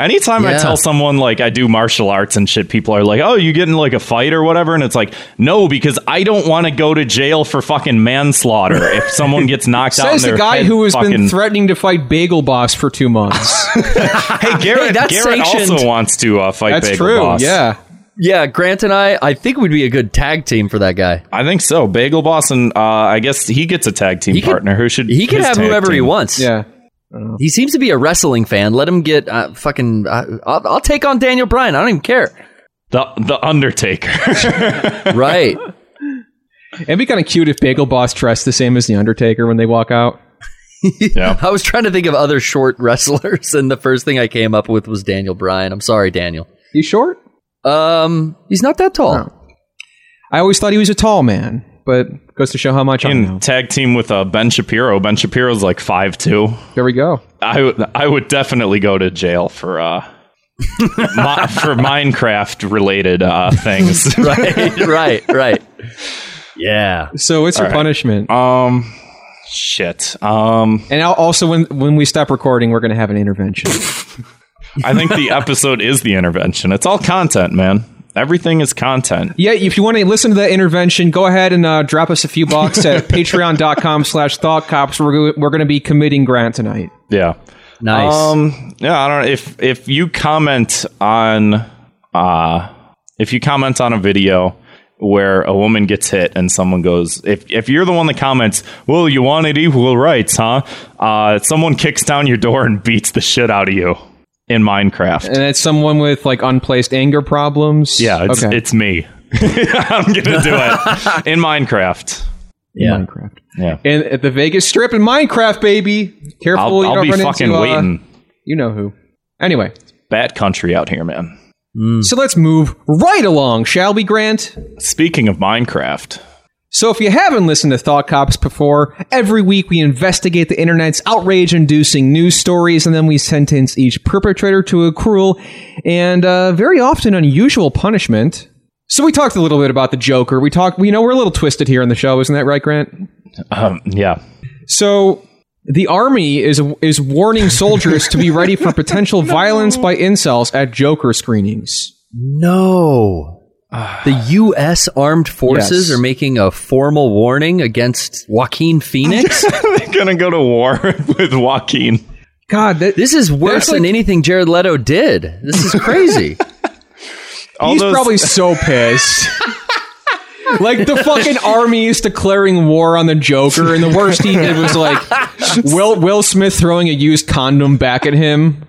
Speaker 7: Anytime I
Speaker 8: Yeah.
Speaker 7: tell someone like I do martial arts and shit, people are like, "Oh, you getting like a fight or whatever?" And it's like, "No, because I don't want to go to jail for fucking manslaughter if someone gets knocked out."
Speaker 6: Says
Speaker 7: and
Speaker 6: the
Speaker 7: their
Speaker 6: guy
Speaker 7: head
Speaker 6: who has
Speaker 7: fucking-
Speaker 6: been threatening to fight Bagel Boss for two months.
Speaker 7: Hey, Garrett,
Speaker 8: Hey, that's
Speaker 7: Garrett
Speaker 8: sanctioned.
Speaker 7: also wants to uh, fight.
Speaker 6: That's
Speaker 7: Bagel
Speaker 6: true.
Speaker 7: Boss.
Speaker 6: Yeah.
Speaker 8: Yeah, Grant and I, I think we'd be a good tag team for that guy.
Speaker 7: I think so. Bagel Boss and uh, I guess he gets a tag team
Speaker 8: He could-
Speaker 7: partner who should
Speaker 8: He can
Speaker 7: his
Speaker 8: have
Speaker 7: tag
Speaker 8: whoever he
Speaker 7: team-
Speaker 8: wants.
Speaker 6: Yeah.
Speaker 8: He seems to be a wrestling fan. Let him get uh, fucking. Uh, I'll, I'll take on Daniel Bryan. I don't even care.
Speaker 7: The the Undertaker.
Speaker 8: Right.
Speaker 6: It'd be kind of cute if Bagel Boss dressed the same as The Undertaker when they walk out.
Speaker 7: yeah.
Speaker 8: I was trying to think of other short wrestlers, and the first thing I came up with was Daniel Bryan. I'm sorry, Daniel.
Speaker 6: He's short?
Speaker 8: Um, he's not that tall.
Speaker 6: I always thought he was a tall man, but goes to show how much I
Speaker 7: In
Speaker 6: know.
Speaker 7: tag team with uh, Ben Shapiro. Ben Shapiro's like five two.
Speaker 6: There we go.
Speaker 7: I w- I would definitely go to jail for uh mi- for Minecraft related uh things.
Speaker 8: Right, right, right. Yeah.
Speaker 6: So it's your punishment.
Speaker 7: Um shit. Um
Speaker 6: and I'll, also, when when we stop recording, we're going to have an intervention.
Speaker 7: I think the episode is the intervention. It's all content, man. Everything is content.
Speaker 6: yeah, if you want to listen to that intervention, go ahead and uh, drop us a few bucks at patreon.com slash thought cops. We're, go- we're going to be committing Grant tonight.
Speaker 7: Yeah.
Speaker 8: Nice.
Speaker 7: Um yeah, I don't know if if you comment on uh if you comment on a video where a woman gets hit and someone goes if if you're the one that comments, "Well, you wanted equal rights, huh?" Uh someone kicks down your door and beats the shit out of you in Minecraft.
Speaker 6: And it's someone with like unplaced anger problems.
Speaker 7: Yeah, it's
Speaker 6: okay.
Speaker 7: it's me. I'm going to do it in Minecraft.
Speaker 8: yeah.
Speaker 6: Minecraft.
Speaker 7: Yeah.
Speaker 6: And at the Vegas Strip in Minecraft, baby. Careful,
Speaker 7: I'll,
Speaker 6: you
Speaker 7: I'll
Speaker 6: don't
Speaker 7: be
Speaker 6: run
Speaker 7: fucking
Speaker 6: into, uh,
Speaker 7: waiting.
Speaker 6: You know who. Anyway,
Speaker 7: Bat country out here, man.
Speaker 6: so let's move right along, shall we, Grant?
Speaker 7: Speaking of Minecraft,
Speaker 6: So, if you haven't listened to Thought Cops before, every week we investigate the internet's outrage inducing news stories and then we sentence each perpetrator to a cruel and uh, very often unusual punishment. So, we talked a little bit about the Joker. We talked, you know, we're a little twisted here on the show, isn't that right, Grant?
Speaker 7: um, yeah,
Speaker 6: So the army is is warning soldiers to be ready for potential violence by incels at Joker screenings.
Speaker 8: No. The U.S. Armed Forces
Speaker 6: Ah. Yes.
Speaker 8: are making a formal warning against Joaquin Phoenix.
Speaker 7: they're gonna go to war with Joaquin.
Speaker 6: God, that,
Speaker 8: this is worse
Speaker 6: That's like-
Speaker 8: than anything Jared Leto did. This is crazy.
Speaker 7: All
Speaker 6: he's
Speaker 7: those-
Speaker 6: probably so pissed. like the fucking army is declaring war on the Joker, and the worst he did was like Will Will Smith throwing a used condom back at him.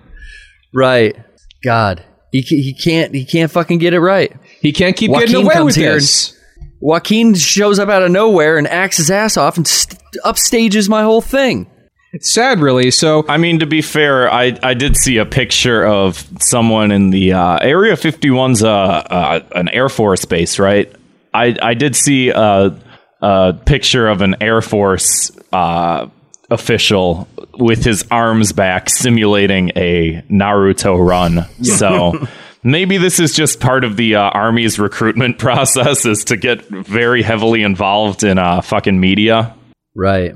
Speaker 8: right. God. He, ca- he can't he can't fucking get it right.
Speaker 6: He can't keep
Speaker 8: Joaquin
Speaker 6: getting away
Speaker 8: comes
Speaker 6: with
Speaker 8: here
Speaker 6: this.
Speaker 8: Joaquin shows up out of nowhere and acts his ass off and st- upstages my whole thing.
Speaker 6: It's sad, really. So
Speaker 7: I mean, to be fair, I, I did see a picture of someone in the uh, Area 51's uh, uh, an Air Force base, right? I, I did see a, a picture of an Air Force uh, official with his arms back simulating a Naruto run. So Maybe this is just part of the uh, army's recruitment process is to get very heavily involved in uh, fucking media.
Speaker 8: Right.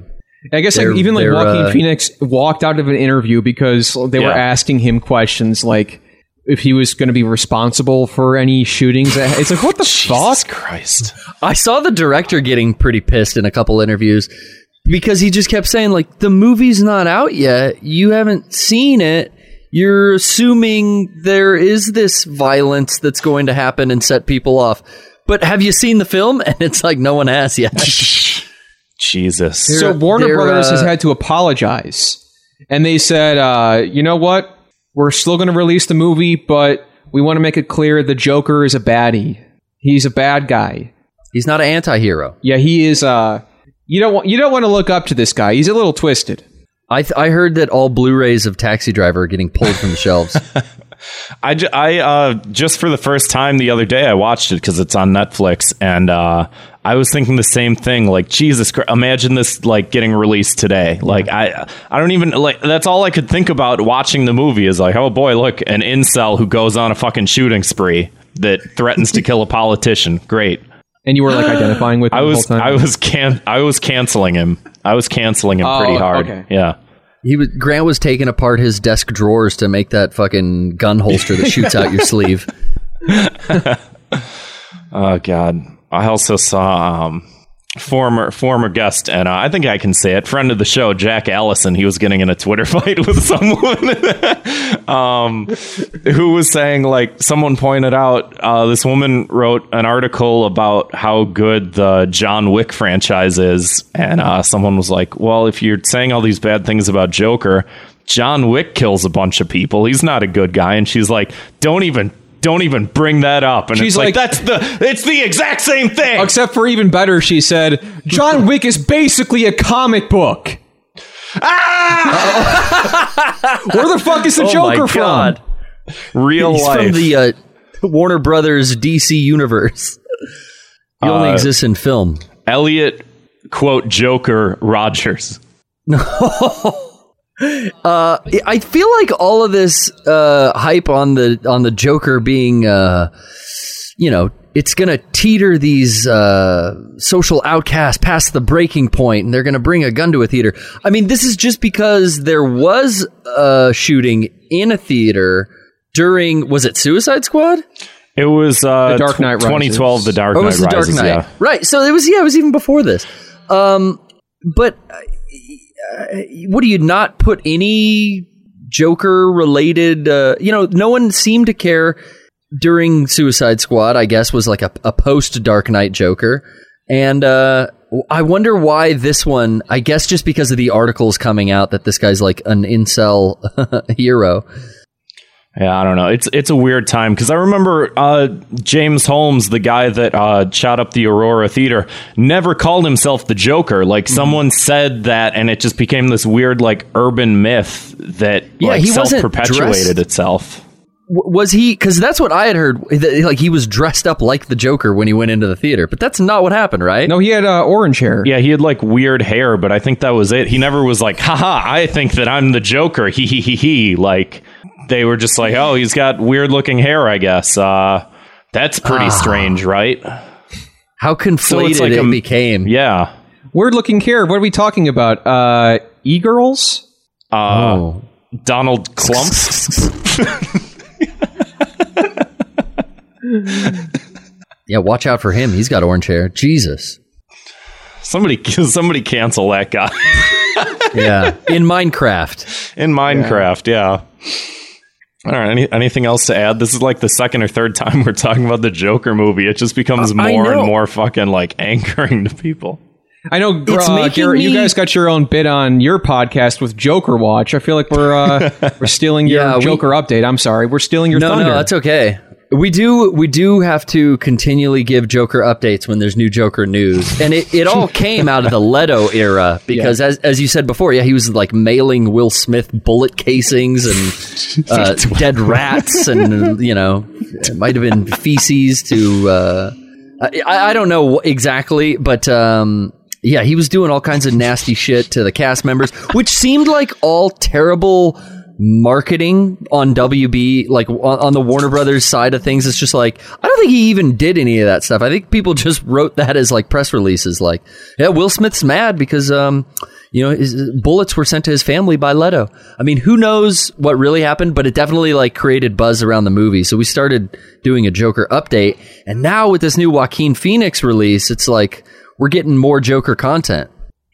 Speaker 6: I guess like,
Speaker 8: They're-
Speaker 6: even like
Speaker 8: they're,
Speaker 6: Joaquin
Speaker 8: uh,
Speaker 6: Phoenix walked out of an interview because they were
Speaker 7: Yeah.
Speaker 6: asking him questions like if he was going to be responsible for any shootings. that- It's like what the fuck?
Speaker 7: Christ.
Speaker 8: I saw the director getting pretty pissed in a couple interviews because he just kept saying like the movie's not out yet. You haven't seen it. You're assuming there is this violence that's going to happen and set people off. But have you seen the film? And it's like no one has yet.
Speaker 7: Jesus.
Speaker 6: So
Speaker 8: They're-
Speaker 6: Warner
Speaker 8: they're,
Speaker 6: Brothers has
Speaker 8: uh,
Speaker 6: had to apologize, and they said, uh, you know what? We're still going to release the movie, but we want to make it clear the Joker is a baddie. He's a bad guy.
Speaker 8: He's not an anti-hero.
Speaker 6: Yeah, he is. Uh, you don't want you don't want to look up to this guy. He's a little twisted.
Speaker 8: I th- I heard that all Blu-rays of Taxi Driver are getting pulled from the shelves.
Speaker 7: I, ju- I uh, just for the first time the other day I watched it because it's on Netflix and uh, I was thinking the same thing like Jesus Christ imagine this like getting released today like I I don't even like that's all I could think about watching the movie is like oh boy look an incel who goes on a fucking shooting spree that threatens to kill a politician great
Speaker 6: And you were like identifying with him
Speaker 7: I
Speaker 6: the
Speaker 7: was
Speaker 6: whole time.
Speaker 7: I was can I was canceling him I was canceling him
Speaker 6: Oh,
Speaker 7: pretty hard
Speaker 6: okay.
Speaker 7: yeah
Speaker 8: He was, Grant was taking apart his desk drawers to make that fucking gun holster that shoots out your sleeve.
Speaker 7: Oh God! I also saw um, former former guest, and uh, I think I can say it, friend of the show, Jack Allison. He was getting in a Twitter fight with someone, um, who was saying like someone pointed out uh, this woman wrote an article about how good the John Wick franchise is, and uh, someone was like, "Well, if you're saying all these bad things about Joker." John Wick kills a bunch of people. He's not a good guy, and she's like, "Don't even, don't even bring that up." And
Speaker 6: She's
Speaker 7: it's like,
Speaker 6: like-
Speaker 7: "That's it's the it's the exact same thing.
Speaker 6: Except for even better, she said, John Wick is basically a comic book. Where the fuck is the
Speaker 8: Ah! Oh my
Speaker 6: Joker
Speaker 8: God.
Speaker 6: from?
Speaker 7: Real
Speaker 8: He's
Speaker 7: life.
Speaker 8: from the uh, Warner Brothers DC universe. He only
Speaker 7: Uh,
Speaker 8: exists in film.
Speaker 7: Elliot quote Joker Rogers.
Speaker 8: Uh, I feel like all of this uh, hype on the on the Joker being, uh, you know, it's gonna teeter these uh, social outcasts past the breaking point, and they're gonna bring a gun to a theater. I mean, this is just because there was a shooting in a theater during was it Suicide Squad?
Speaker 7: It was uh,
Speaker 6: The Dark Knight
Speaker 7: tw- 2012.
Speaker 6: Rises.
Speaker 7: The Dark
Speaker 8: Or
Speaker 7: Knight
Speaker 8: Oh, was the
Speaker 7: Rises.
Speaker 8: Dark Knight?
Speaker 7: Yeah.
Speaker 8: Right. So it was yeah, it was even before this. Um, but uh, what do you not put any Joker related? Uh, you know, no one seemed to care during Suicide Squad. I guess was like a, a post Dark Knight Joker, and uh, I wonder why this one. I guess just because of the articles coming out that this guy's like an incel hero.
Speaker 7: Yeah, I don't know. It's it's a weird time because I remember uh, James Holmes, the guy that uh, shot up the Aurora Theater, never called himself the Joker. Like
Speaker 8: Mm-hmm.
Speaker 7: someone said that, and it just became this weird like urban myth that
Speaker 8: Yeah,
Speaker 7: like
Speaker 8: he wasn't
Speaker 7: self perpetuated
Speaker 8: dressed-
Speaker 7: itself.
Speaker 8: W- was he because that's what i had heard that, like he was dressed up like the joker when he went into the theater but that's not what happened right
Speaker 6: No, he had uh, orange hair.
Speaker 7: Yeah, he had like weird hair, but I think that was it. He never was like, haha, I think that I'm the Joker. He he he he. Like, they were just like, oh, he's got weird looking hair, I guess. Uh, that's
Speaker 8: Ah.
Speaker 7: pretty strange, right?
Speaker 8: how conflated
Speaker 7: it's like
Speaker 8: it
Speaker 7: a-
Speaker 8: became
Speaker 7: Yeah.
Speaker 6: Weird looking hair. What are we talking about? Uh, e girls?
Speaker 7: Uh, Donald Clump.
Speaker 8: yeah watch out for him he's got orange hair jesus
Speaker 7: somebody, somebody cancel that guy
Speaker 8: yeah in minecraft
Speaker 7: in Minecraft. Yeah. All right. Any, anything else to add? This is like the second or third time we're talking about the Joker movie. It just becomes
Speaker 8: I
Speaker 7: more and
Speaker 8: know.
Speaker 7: more fucking like anchoring to people.
Speaker 6: I know,
Speaker 8: It's
Speaker 6: uh,
Speaker 8: making
Speaker 6: Garrett, you
Speaker 8: me-
Speaker 6: guys got your own bit on your podcast with Joker Watch. I feel like we're uh, we're stealing your
Speaker 8: Yeah, we-
Speaker 6: Joker update. I'm sorry. We're stealing your
Speaker 8: no
Speaker 6: thunder.
Speaker 8: no that's okay we do we do have to continually give joker updates when there's new joker news and it, it all came out of the leto era because as, as you said before yeah he was like mailing will smith bullet casings and uh, dead rats and you know it might have been feces to uh, I, I don't know wh- exactly but um, yeah he was doing all kinds of nasty shit to the cast members which seemed like all terrible marketing on WB, like on, on the Warner Brothers side of things. It's just like I don't think he even did any of that stuff. I think people just wrote that as like press releases. Like, yeah, Will Smith's mad because um, you know, his bullets were sent to his family by Leto. I mean, who knows what really happened, but it definitely like created buzz around the movie. So we started doing a Joker update, and now with this new Joaquin Phoenix release, it's like we're getting more Joker content.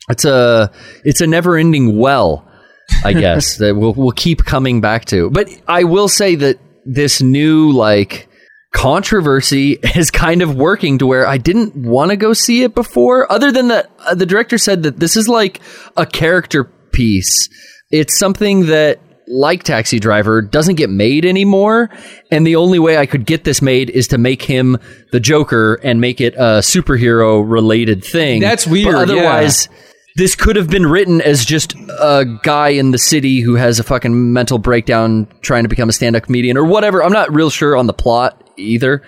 Speaker 8: It's a it's a never ending well, I guess that we'll we'll keep coming back to. But I will say that this new like controversy is kind of working to where I didn't want to go see it before. Other than that, uh, the director said that this is like a character piece. It's something that, like Taxi Driver, doesn't get made anymore. And the only way I could get this made is to make him the Joker and make it a superhero related thing.
Speaker 6: That's
Speaker 8: But
Speaker 6: weird, yeah.
Speaker 8: otherwise, this could have been written as just a guy in the city who has a fucking mental breakdown trying to become a stand-up comedian or whatever. I'm not real sure on the plot either.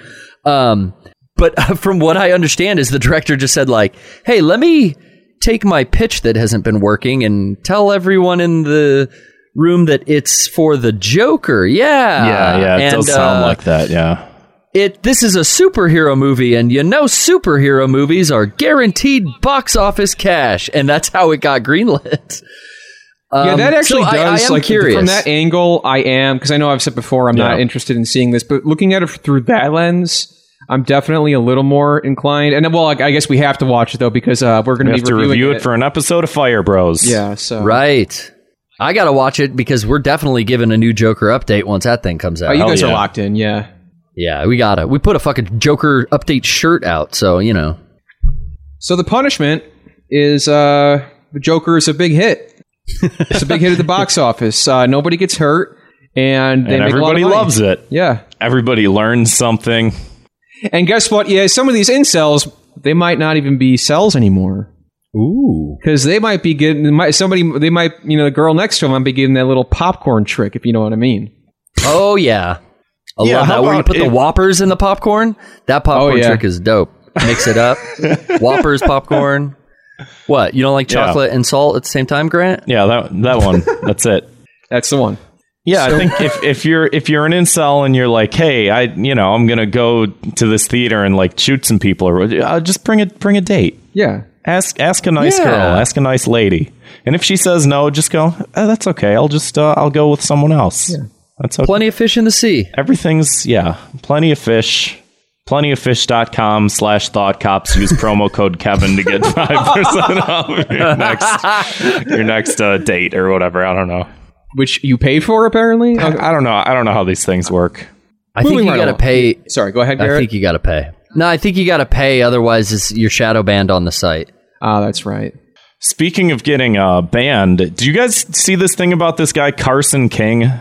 Speaker 8: Um, but from what I understand is the director just said like, "Hey, let me take my pitch that hasn't been working and tell everyone in the room that it's for the Joker." Yeah.
Speaker 7: yeah, yeah. It
Speaker 8: And,
Speaker 7: does sound
Speaker 8: uh,
Speaker 7: like that. Yeah.
Speaker 8: it this is a superhero movie and you know superhero movies are guaranteed box office cash and that's how it got greenlit
Speaker 6: yeah,
Speaker 8: Um,
Speaker 6: that actually
Speaker 8: so I- I
Speaker 6: does.
Speaker 8: am
Speaker 6: like
Speaker 8: curious.
Speaker 6: from that angle, I am because I know I've said before I'm not
Speaker 7: Yeah.
Speaker 6: interested in seeing this, but looking at it through that lens, I'm definitely a little more inclined. And well, like, I guess we have to watch it though because uh, we're going
Speaker 7: We
Speaker 6: be
Speaker 7: have to
Speaker 6: reviewing
Speaker 7: review it for an episode of Fire Bros.
Speaker 6: yeah. So
Speaker 8: right i gotta watch it because we're definitely giving a new joker update once that thing comes
Speaker 6: Oh,
Speaker 8: out
Speaker 6: you guys
Speaker 7: yeah.
Speaker 6: are locked in. Yeah.
Speaker 8: yeah we gotta we put a fucking joker update shirt out so you know
Speaker 6: So the punishment is uh, the Joker is a big hit. it's a big hit at the box office. Uh, nobody gets hurt, and, they
Speaker 7: And
Speaker 6: make a lot of
Speaker 7: everybody
Speaker 6: money.
Speaker 7: loves it.
Speaker 6: Yeah.
Speaker 7: Everybody learns something.
Speaker 6: And guess what? Yeah, some of these incels, they might not even be cells anymore. Ooh. Because they might be getting they might, somebody. They might, you know, the girl next to them might be getting that little popcorn trick, if you know what I mean.
Speaker 8: oh yeah i
Speaker 7: Yeah,
Speaker 8: love
Speaker 7: how
Speaker 8: that where you
Speaker 7: about
Speaker 8: put the
Speaker 7: if-
Speaker 8: whoppers in the popcorn that popcorn
Speaker 6: yeah.
Speaker 8: trick is dope mix it up whoppers popcorn what you don't like
Speaker 7: Yeah.
Speaker 8: chocolate and salt at the same time grant
Speaker 7: Yeah, that that one. That's it.
Speaker 6: That's the one.
Speaker 7: Yeah, I think if, if you're if you're an incel and you're like, hey, I you know I'm gonna go to this theater and like shoot some people or what- uh, just bring it bring a date.
Speaker 6: Yeah.
Speaker 7: Ask ask a nice
Speaker 8: Yeah.
Speaker 7: girl, ask a nice lady, and if she says no, just go. Oh, that's okay. I'll just uh, I'll go with someone else. That's okay.
Speaker 8: Plenty of fish in the sea.
Speaker 7: Everything's yeah, plenty of fish. Plentyoffish.com slash thought cops. Use promo code Kevin to get 5% off your next, your next uh, date or whatever. I don't know.
Speaker 6: Which you pay for apparently. Okay.
Speaker 7: I don't know. I don't know how these things work.
Speaker 8: I think
Speaker 6: Moving
Speaker 8: you
Speaker 6: right
Speaker 8: gotta
Speaker 6: along.
Speaker 8: pay.
Speaker 6: Sorry. Go ahead,
Speaker 8: I
Speaker 6: Garrett.
Speaker 8: think you gotta pay. No, I think you gotta pay. Otherwise, it's your shadow banned on the site.
Speaker 6: Ah, that's right.
Speaker 7: Speaking of getting uh, banned, do you guys see this thing about this guy Carson King? All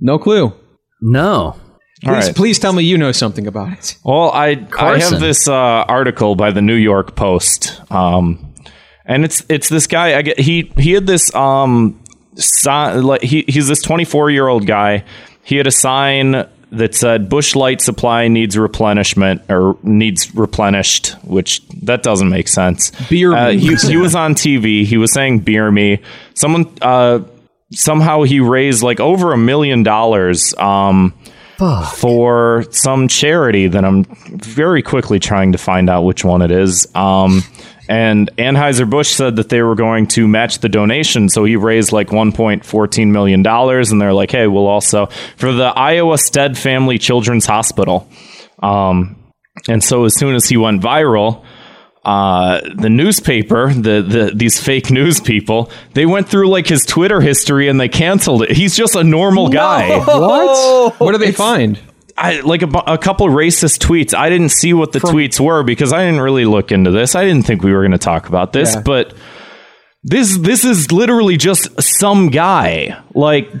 Speaker 6: No clue.
Speaker 8: No.
Speaker 6: Please,
Speaker 7: right.
Speaker 6: please tell me you know something about it.
Speaker 7: Well, I I
Speaker 8: Carson.
Speaker 7: have this uh, article by the New York Post, um, and it's it's this guy. I get, he he had this um sign like he he's this 24 year old guy. He had a sign that said Bush Light supply needs replenishment or needs replenished, which that doesn't make sense.
Speaker 6: Beer
Speaker 7: Uh,
Speaker 6: me.
Speaker 7: he, he was on TV. He was saying beer me. Someone uh, somehow he raised like over a million dollars. Um for some charity that I'm very quickly trying to find out which one it is. Um, and Anheuser Busch said that they were going to match the donation, so he raised like 1.14 million dollars, and they're like, "Hey, we'll also for the Iowa Stead Family Children's Hospital." Um, and so as soon as he went viral, uh, the newspaper, the, the these fake news people, they went through like his Twitter history and they canceled it. He's just a normal guy.
Speaker 6: What? What do they find?
Speaker 7: I like a, bu- a couple racist tweets. I didn't see what the tweets were because I didn't really look into this. I didn't think we were going to talk about this,
Speaker 6: Yeah.
Speaker 7: but this this is literally just some guy. Like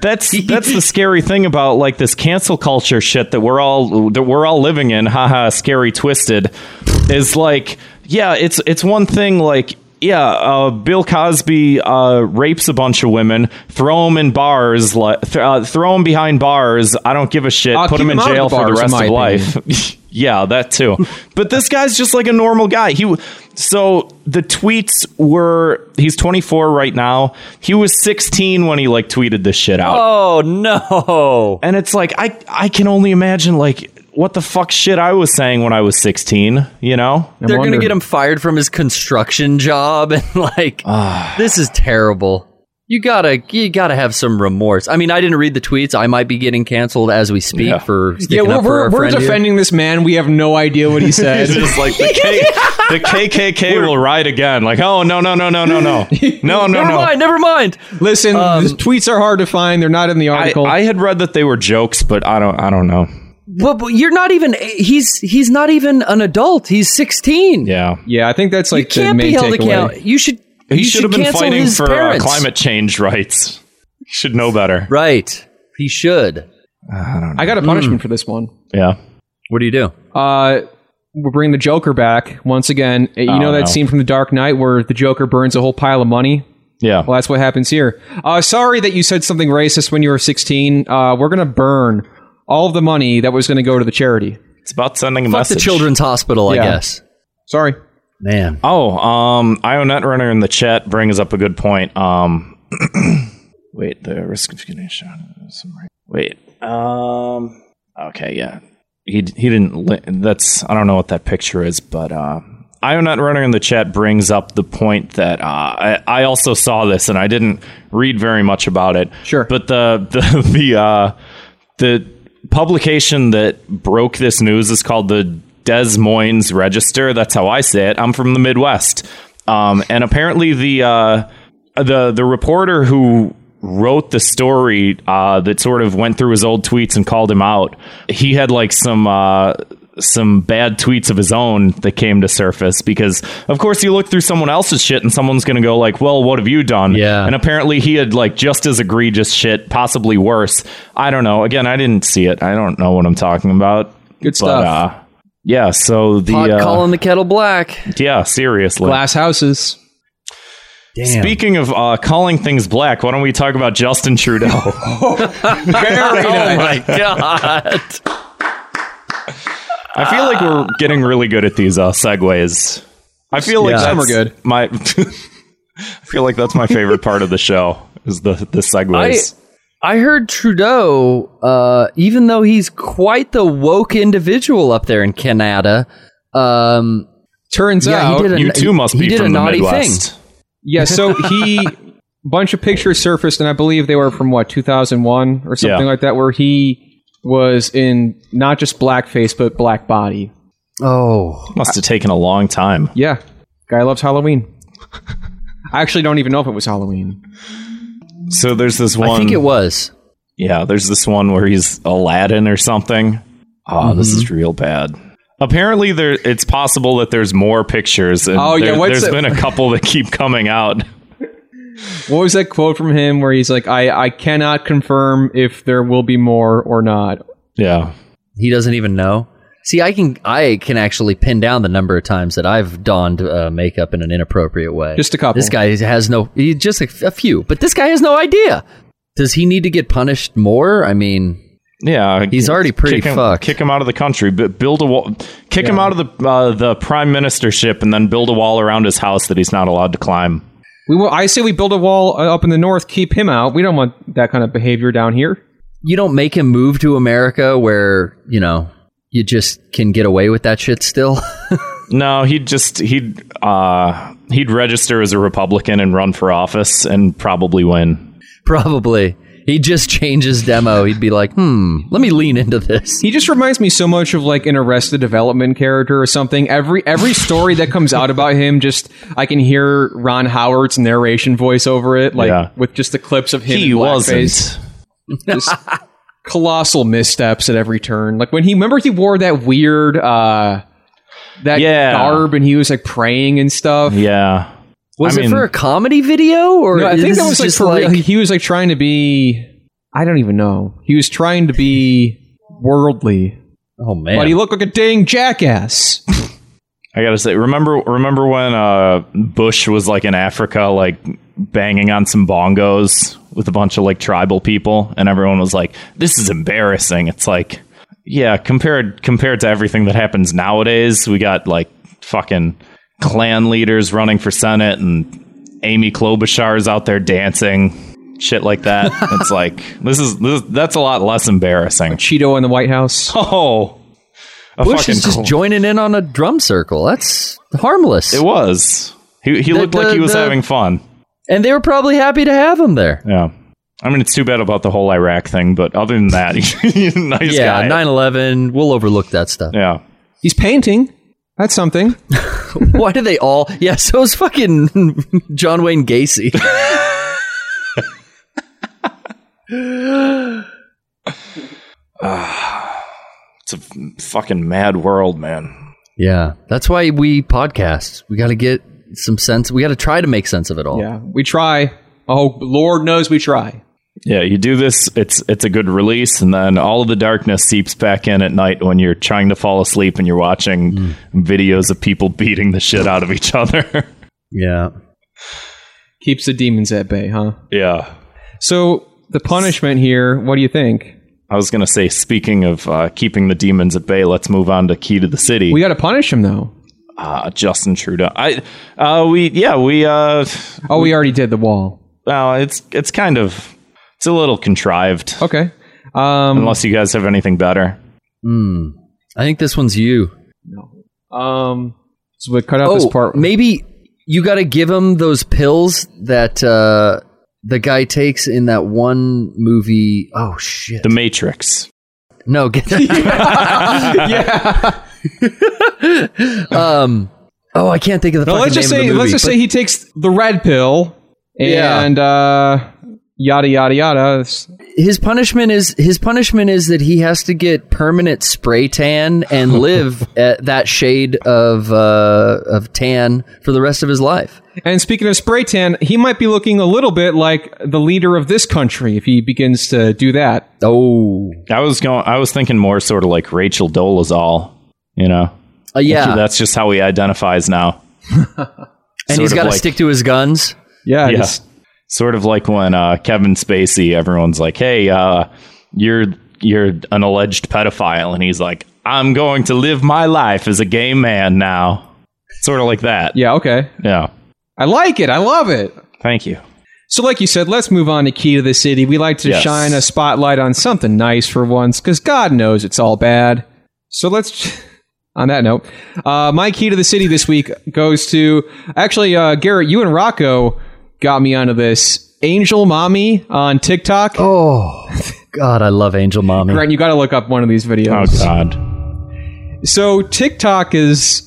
Speaker 7: that's that's the scary thing about like this cancel culture shit that we're all that we're all living in. Haha, scary twisted is like yeah, it's it's one thing like yeah, uh, Bill Cosby uh, rapes a bunch of women, throw them in bars, like th- uh, throw them behind bars. I don't give a shit.
Speaker 6: Uh,
Speaker 7: put
Speaker 6: keep
Speaker 7: them in
Speaker 6: him out of
Speaker 7: jail
Speaker 6: the
Speaker 7: for the
Speaker 6: bars, in
Speaker 7: rest
Speaker 6: my
Speaker 7: of life. Yeah, that too. but this guy's just like a normal guy. He w- so the tweets were he's 24 right now. He was 16 when he like tweeted this shit out.
Speaker 8: Oh no!
Speaker 7: And it's like I I can only imagine like what the fuck shit I was saying when I was 16, you know?
Speaker 8: They're gonna get him fired from his construction job, and like this is terrible. You gotta you gotta have some remorse. I mean, I didn't read the tweets. I might be getting canceled as we speak
Speaker 7: Yeah.
Speaker 8: for
Speaker 6: Yeah,
Speaker 8: sticking
Speaker 6: we're,
Speaker 8: up for
Speaker 6: we're,
Speaker 8: our
Speaker 6: we're
Speaker 8: friend here.
Speaker 6: defending this man. We have no idea what he said.
Speaker 7: It's just like the, K- the KKK will ride again. Like, oh no no no no no no no no
Speaker 8: Never
Speaker 7: no.
Speaker 8: mind. Never mind.
Speaker 6: Listen,
Speaker 8: Um,
Speaker 6: the tweets are hard to find. They're not in the
Speaker 7: I,
Speaker 6: article.
Speaker 7: I had read that they were jokes, but I don't I don't know.
Speaker 8: But, but you're not even. He's he's not even an adult. He's 16.
Speaker 7: Yeah.
Speaker 6: yeah, I think that's like
Speaker 8: Can't
Speaker 6: the main
Speaker 8: be held
Speaker 6: takeaway.
Speaker 8: account. You should.
Speaker 7: He
Speaker 8: you
Speaker 7: should have been
Speaker 8: cancel
Speaker 7: fighting
Speaker 8: his
Speaker 7: for uh,
Speaker 8: parents.
Speaker 7: climate change rights. He should know better.
Speaker 8: Right. He should.
Speaker 6: I got a
Speaker 8: Hmm.
Speaker 6: punishment for this one.
Speaker 7: Yeah.
Speaker 8: What do you do?
Speaker 6: Uh, we're bringing the Joker back once again. Uh, You
Speaker 8: Oh,
Speaker 6: know that
Speaker 7: no.
Speaker 6: scene from The Dark Knight where the Joker burns a whole pile of money.
Speaker 7: Yeah.
Speaker 6: Well, that's what happens here. Uh, sorry that you said something racist when you were 16. Uh, we're gonna burn all of the money that was gonna go to the charity.
Speaker 7: It's about sending a
Speaker 8: Fuck
Speaker 7: message.
Speaker 8: the children's hospital. I
Speaker 6: Yeah.
Speaker 8: guess.
Speaker 6: Sorry.
Speaker 8: Man.
Speaker 7: Oh, um, Ionet Runner in the chat brings up a good point. Um, wait, the risk of getting shot. is somewhere- Wait. Um. Okay. Yeah. He he didn't. Li- that's I don't know what that picture is, but uh, Ionet Runner in the chat brings up the point that uh, I I also saw this and I didn't read very much about it.
Speaker 6: Sure.
Speaker 7: But the the the uh, the publication that broke this news is called the Des Moines Register. That's how I say it. I'm from the Midwest, um, and apparently the uh, the the reporter who wrote the story uh, that sort of went through his old tweets and called him out. He had like some. Uh, some bad tweets of his own that came to surface because of course you look through someone else's shit and someone's going to go like well what have you done
Speaker 8: Yeah.
Speaker 7: and apparently he had like just as egregious shit, possibly worse. I don't know. Again, I didn't see it. I don't know what I'm talking about.
Speaker 6: Good stuff.
Speaker 7: uh, yeah. So the
Speaker 8: Pot
Speaker 7: uh,
Speaker 8: calling the kettle black.
Speaker 7: yeah, seriously.
Speaker 6: Glass houses.
Speaker 8: Damn.
Speaker 7: Speaking of uh, calling things black, why don't we talk about Justin Trudeau? Oh
Speaker 6: Very
Speaker 8: oh
Speaker 6: nice.
Speaker 8: my god.
Speaker 7: I feel like we're getting really good at these uh, segues. I feel like
Speaker 8: Yeah.
Speaker 7: that's
Speaker 8: Some
Speaker 6: are good.
Speaker 7: My, I feel like that's my favorite part of the show is the the segues.
Speaker 8: I heard Trudeau, uh, even though he's quite the woke individual up there in Canada, um,
Speaker 6: Turns
Speaker 8: Yeah, he
Speaker 6: out
Speaker 8: did a-
Speaker 7: you too must
Speaker 8: he
Speaker 7: be
Speaker 8: did a
Speaker 7: from the
Speaker 8: naughty
Speaker 7: Midwest.
Speaker 6: Yeah, so he bunch of pictures surfaced, and I believe they were from what 2001 or something
Speaker 7: Yeah.
Speaker 6: like that, where he was in not just blackface but black body.
Speaker 8: oh,
Speaker 7: Must have taken a long time.
Speaker 6: Yeah, guy loves Halloween. I actually don't even know if it was Halloween.
Speaker 7: So there's this one.
Speaker 8: I think it was.
Speaker 7: Yeah, there's this one where he's Aladdin or something. Oh, this
Speaker 8: Mm-hmm.
Speaker 7: is real bad. Apparently, there it's possible that there's more pictures. And
Speaker 6: Oh, yeah,
Speaker 7: there,
Speaker 6: what's
Speaker 7: has
Speaker 6: the-
Speaker 7: been a couple that keep coming out.
Speaker 6: What was that quote from him where he's like, "I I cannot confirm if there will be more or not."
Speaker 7: Yeah,
Speaker 8: He doesn't even know. See, I can I can actually pin down the number of times that I've donned uh, makeup in an inappropriate way.
Speaker 6: Just a couple.
Speaker 8: This guy has no, he, just a, a few, but this guy has no idea. Does he need to get punished more? I mean,
Speaker 7: yeah.
Speaker 8: He's already pretty
Speaker 7: kick him,
Speaker 8: fucked.
Speaker 7: Kick him out of the country. But build a wall. Kick him out of the uh, the prime ministership, and then build a wall around his house that he's not allowed to climb.
Speaker 6: We will, I say we build a wall uh, up in the north, keep him out. We don't want that kind of behavior down here.
Speaker 8: you don't make him move to America where you know you just can get away with that shit still.
Speaker 7: No, he'd just he'd uh, he'd register as a Republican and run for office and probably win.
Speaker 8: Probably. He'd just change his demo. He'd be like, hmm, let me lean into this.
Speaker 6: He just reminds me so much of like an Arrested Development character or something. Every every story that comes out about him, just I can hear Ron Howard's narration voice over it, like
Speaker 7: Yeah.
Speaker 6: with just the clips of him.
Speaker 7: He
Speaker 6: in
Speaker 7: wasn't.
Speaker 6: blackface. Just colossal missteps at every turn. Like when he remember he wore that weird uh that
Speaker 7: Yeah.
Speaker 6: garb and he was like praying and stuff.
Speaker 7: Yeah.
Speaker 8: Was
Speaker 7: I
Speaker 8: it
Speaker 7: mean-
Speaker 8: for a comedy video or
Speaker 6: No, I think
Speaker 8: this
Speaker 6: that
Speaker 8: is
Speaker 6: was like,
Speaker 8: just
Speaker 6: for real.
Speaker 8: like-
Speaker 6: he was like trying to be I don't even know. He was trying to be worldly.
Speaker 8: oh man.
Speaker 6: But he looked like a dang jackass.
Speaker 7: I gotta say, remember remember when uh, Bush was like in Africa, like banging on some bongos with a bunch of like tribal people, and everyone was like, "This is embarrassing." It's like, yeah, compared compared to everything that happens nowadays, we got like fucking clan leaders running for senate and Amy Klobuchar is out there dancing, shit like that. it's like this is this, that's a lot less embarrassing.
Speaker 6: Cheeto in the White House.
Speaker 7: Oh, a
Speaker 8: Bush is just
Speaker 7: cl-
Speaker 8: joining in on a drum circle. That's harmless.
Speaker 7: it was. He he looked like
Speaker 8: the-
Speaker 7: he was
Speaker 8: the-
Speaker 7: having fun.
Speaker 8: and they were probably happy to have him there.
Speaker 7: Yeah. I mean, it's too bad about the whole Iraq thing, but other than that, he's a nice
Speaker 8: yeah,
Speaker 7: guy.
Speaker 8: 9 11. We'll overlook that stuff.
Speaker 7: yeah.
Speaker 6: He's painting. That's something.
Speaker 8: Why do they all? Yeah, so is fucking John Wayne Gacy.
Speaker 7: It's a f- fucking mad world, man.
Speaker 8: yeah, that's why we podcast. We got to get some sense. We got to try to make sense of it all.
Speaker 6: Yeah, we try. Oh, Lord knows we try.
Speaker 7: Yeah, you do this, it's it's a good release, and then all of the darkness seeps back in at night when you're trying to fall asleep and you're watching
Speaker 8: Mm.
Speaker 7: videos of people beating the shit out of each other.
Speaker 8: Yeah.
Speaker 6: Keeps the demons at bay, huh?
Speaker 7: yeah.
Speaker 6: So the punishment here. What do you think?
Speaker 7: I was going to say, speaking of uh, keeping the demons at bay, let's move on to Key to the City.
Speaker 6: We got to punish him though.
Speaker 7: uh, Justin Trudeau. I, uh, we, yeah, we, uh,
Speaker 6: Oh, we already did the wall.
Speaker 7: well, it's, it's kind of, it's a little contrived.
Speaker 6: Okay. Um,
Speaker 7: Unless you guys have anything better.
Speaker 8: Hmm. I think this one's you. Oh,
Speaker 6: um. So we cut out this part.
Speaker 8: Maybe you got to give him those pills that uh, the guy takes in that one movie. Oh shit!
Speaker 7: The Matrix.
Speaker 8: no, get yeah. um. Oh, I can't think of the.
Speaker 6: No,
Speaker 8: fucking
Speaker 6: let's just
Speaker 8: name of
Speaker 6: say
Speaker 8: the movie,
Speaker 6: let's just
Speaker 8: but-
Speaker 6: say he takes the red pill
Speaker 8: Yeah.
Speaker 6: and uh, yada yada yada. It's-
Speaker 8: his punishment is his punishment is that he has to get permanent spray tan and live at that shade of uh, of tan for the rest of his life.
Speaker 6: And speaking of spray tan, he might be looking a little bit like the leader of this country if he begins to do that.
Speaker 8: Oh,
Speaker 7: I was going, I was thinking more sort of like Rachel Dolezal, you know?
Speaker 8: Uh, yeah,
Speaker 7: That's just how he identifies now.
Speaker 8: and
Speaker 7: sort
Speaker 8: he's
Speaker 7: of
Speaker 8: got to
Speaker 7: like-
Speaker 8: stick to his guns.
Speaker 6: Yeah,
Speaker 7: Yeah.
Speaker 6: just-
Speaker 7: Sort of like when, uh, Kevin Spacey, everyone's like, Hey, uh, you're, you're an alleged pedophile. And he's like, I'm going to live my life as a gay man now. Sort of like that.
Speaker 6: yeah. Okay,
Speaker 7: Yeah.
Speaker 6: I like it. I love it.
Speaker 7: Thank you.
Speaker 6: So, like you said, let's move on to Key to the City. We like to
Speaker 7: Yes.
Speaker 6: shine a spotlight on something nice for once, because God knows it's all bad. So, let's. On that note, uh, my key to the city this week goes to actually uh, Garrett. You and Rocco got me onto this Angel Mommy on TikTok. Oh,
Speaker 8: Oh God, I love Angel Mommy.
Speaker 6: Grant, you got to look up one of these
Speaker 7: Oh,
Speaker 6: videos.
Speaker 7: God.
Speaker 6: So TikTok is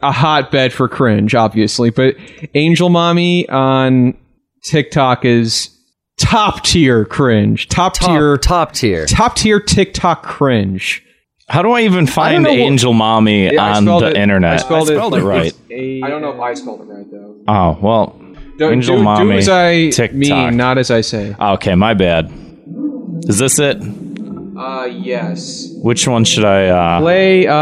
Speaker 6: a hotbed for cringe, obviously, but Angel Mommy on TikTok is top tier cringe, top,
Speaker 8: Top
Speaker 6: tier,
Speaker 8: top tier.
Speaker 6: top tier TikTok cringe.
Speaker 7: How do I even find
Speaker 6: know what-
Speaker 7: Angel Mommy
Speaker 6: Yeah, I
Speaker 7: on
Speaker 6: spelled
Speaker 7: the
Speaker 6: it-
Speaker 7: internet?
Speaker 6: I spelled it-
Speaker 7: right.
Speaker 6: I don't know if I spelled it right though.
Speaker 7: Oh, well. Angel
Speaker 6: do,
Speaker 7: Mommy.
Speaker 6: do as I
Speaker 7: TikTok.
Speaker 6: mean, not as I say.
Speaker 7: okay, my bad. Is this it?
Speaker 6: Uh, yes.
Speaker 7: Which one should I. Uh,
Speaker 6: Play. Uh,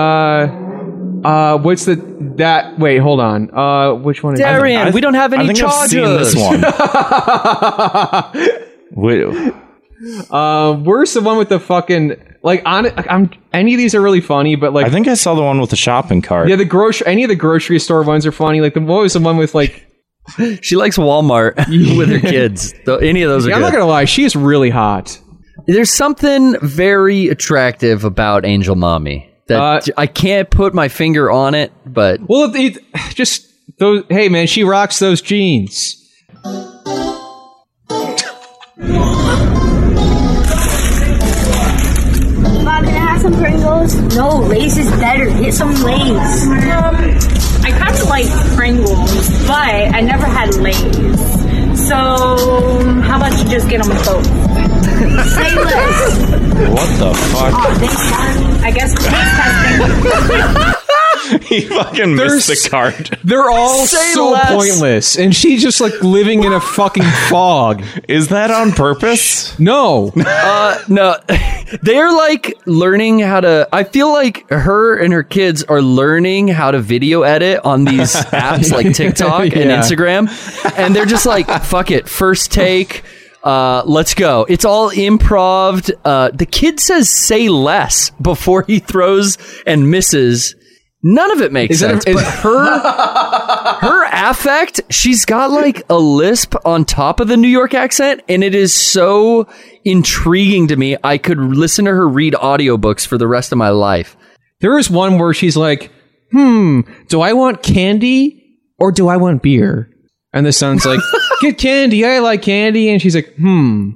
Speaker 6: uh, what's the that? Wait, hold on. Uh, which one? Is
Speaker 8: Darian,
Speaker 7: I-
Speaker 8: we don't have any
Speaker 7: I think I've
Speaker 8: charges.
Speaker 7: seen this one. Wait,
Speaker 6: Uh, where's the one with the fucking like on? I'm any of these are really funny, but like
Speaker 7: I think I saw the one with the shopping cart.
Speaker 6: Yeah, the grocery any of the grocery store ones are funny. Like the what was the one with like
Speaker 8: She likes Walmart with her kids. Though Any of those
Speaker 6: Yeah,
Speaker 8: are
Speaker 6: I'm not
Speaker 8: good.
Speaker 6: gonna lie, she's really hot.
Speaker 8: There's something very attractive about Angel Mommy that
Speaker 6: Uh,
Speaker 8: j- I can't put my finger on it, but
Speaker 6: Well, it, it- just those. Hey, man, she rocks those jeans.
Speaker 11: Mom, can I have some Pringles? No, Lay's is better. Get some Lay's. Um, I kind of like Pringles, but I never had Lay's. So, how about you just get them both? Say less.
Speaker 7: What the fuck?
Speaker 11: Oh, thanks, Mom. I guess taste testing.
Speaker 7: he fucking missed
Speaker 6: There's-
Speaker 7: the cart.
Speaker 6: They're all
Speaker 8: Say
Speaker 6: so
Speaker 8: less.
Speaker 6: pointless, and she's just like living in a fucking fog.
Speaker 7: Is that on purpose?
Speaker 6: No,
Speaker 8: no, they're like learning how to. I feel like her and her kids are learning how to video edit on these apps like TikTok and
Speaker 6: Yeah.
Speaker 8: Instagram, and they're just like, "Fuck it, first take." Uh, let's go. It's all improv. Uh, the kid says "say less" before he throws and misses. None of it makes
Speaker 6: Is that a-
Speaker 8: sense. but
Speaker 6: is-
Speaker 8: her her affect, she's got like a lisp on top of the New York accent, and it is so intriguing to me. I could listen to her read audiobooks for the rest of my life.
Speaker 6: There is one where she's like, hmm, do I want candy or do I want beer? And the son's like, get candy. I like candy. And she's like, hmm,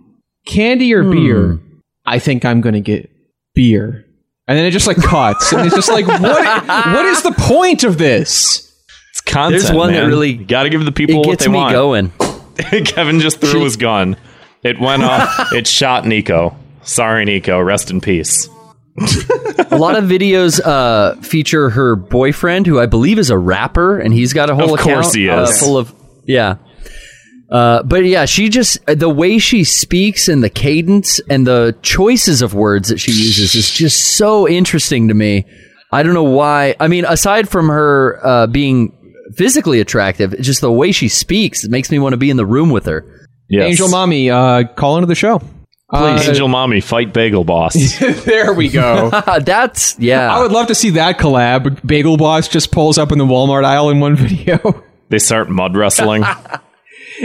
Speaker 6: candy or beer? I think I'm going to get beer. And then it just like cuts. and it's just like, what, what is the point of this?
Speaker 7: It's content.
Speaker 8: There's one that
Speaker 7: man.
Speaker 8: really-
Speaker 7: You gotta give the people
Speaker 8: it
Speaker 7: what
Speaker 8: gets
Speaker 7: they
Speaker 8: me
Speaker 7: want.
Speaker 8: going.
Speaker 7: Kevin just threw his gun. It went off. it shot Nico. Sorry, Nico. Rest in peace.
Speaker 8: a lot of videos uh, feature her boyfriend, who I believe is a rapper, and he's got a whole
Speaker 7: Of course
Speaker 8: account,
Speaker 7: he
Speaker 8: uh,
Speaker 7: is.
Speaker 8: full of yeah. Uh, but yeah, she just the way she speaks and the cadence and the choices of words that she uses is just so interesting to me. I don't know why. I mean, aside from her uh, being physically attractive, it's just the way she speaks it makes me want to be in the room with her.
Speaker 7: Yes.
Speaker 6: Angel Mommy, uh, call into the show.
Speaker 7: Please, Angel Mommy, fight Bagel Boss.
Speaker 6: there we go.
Speaker 8: That's yeah.
Speaker 6: I would love to see that collab. Bagel Boss just pulls up in the Walmart aisle in one video.
Speaker 7: they start mud wrestling.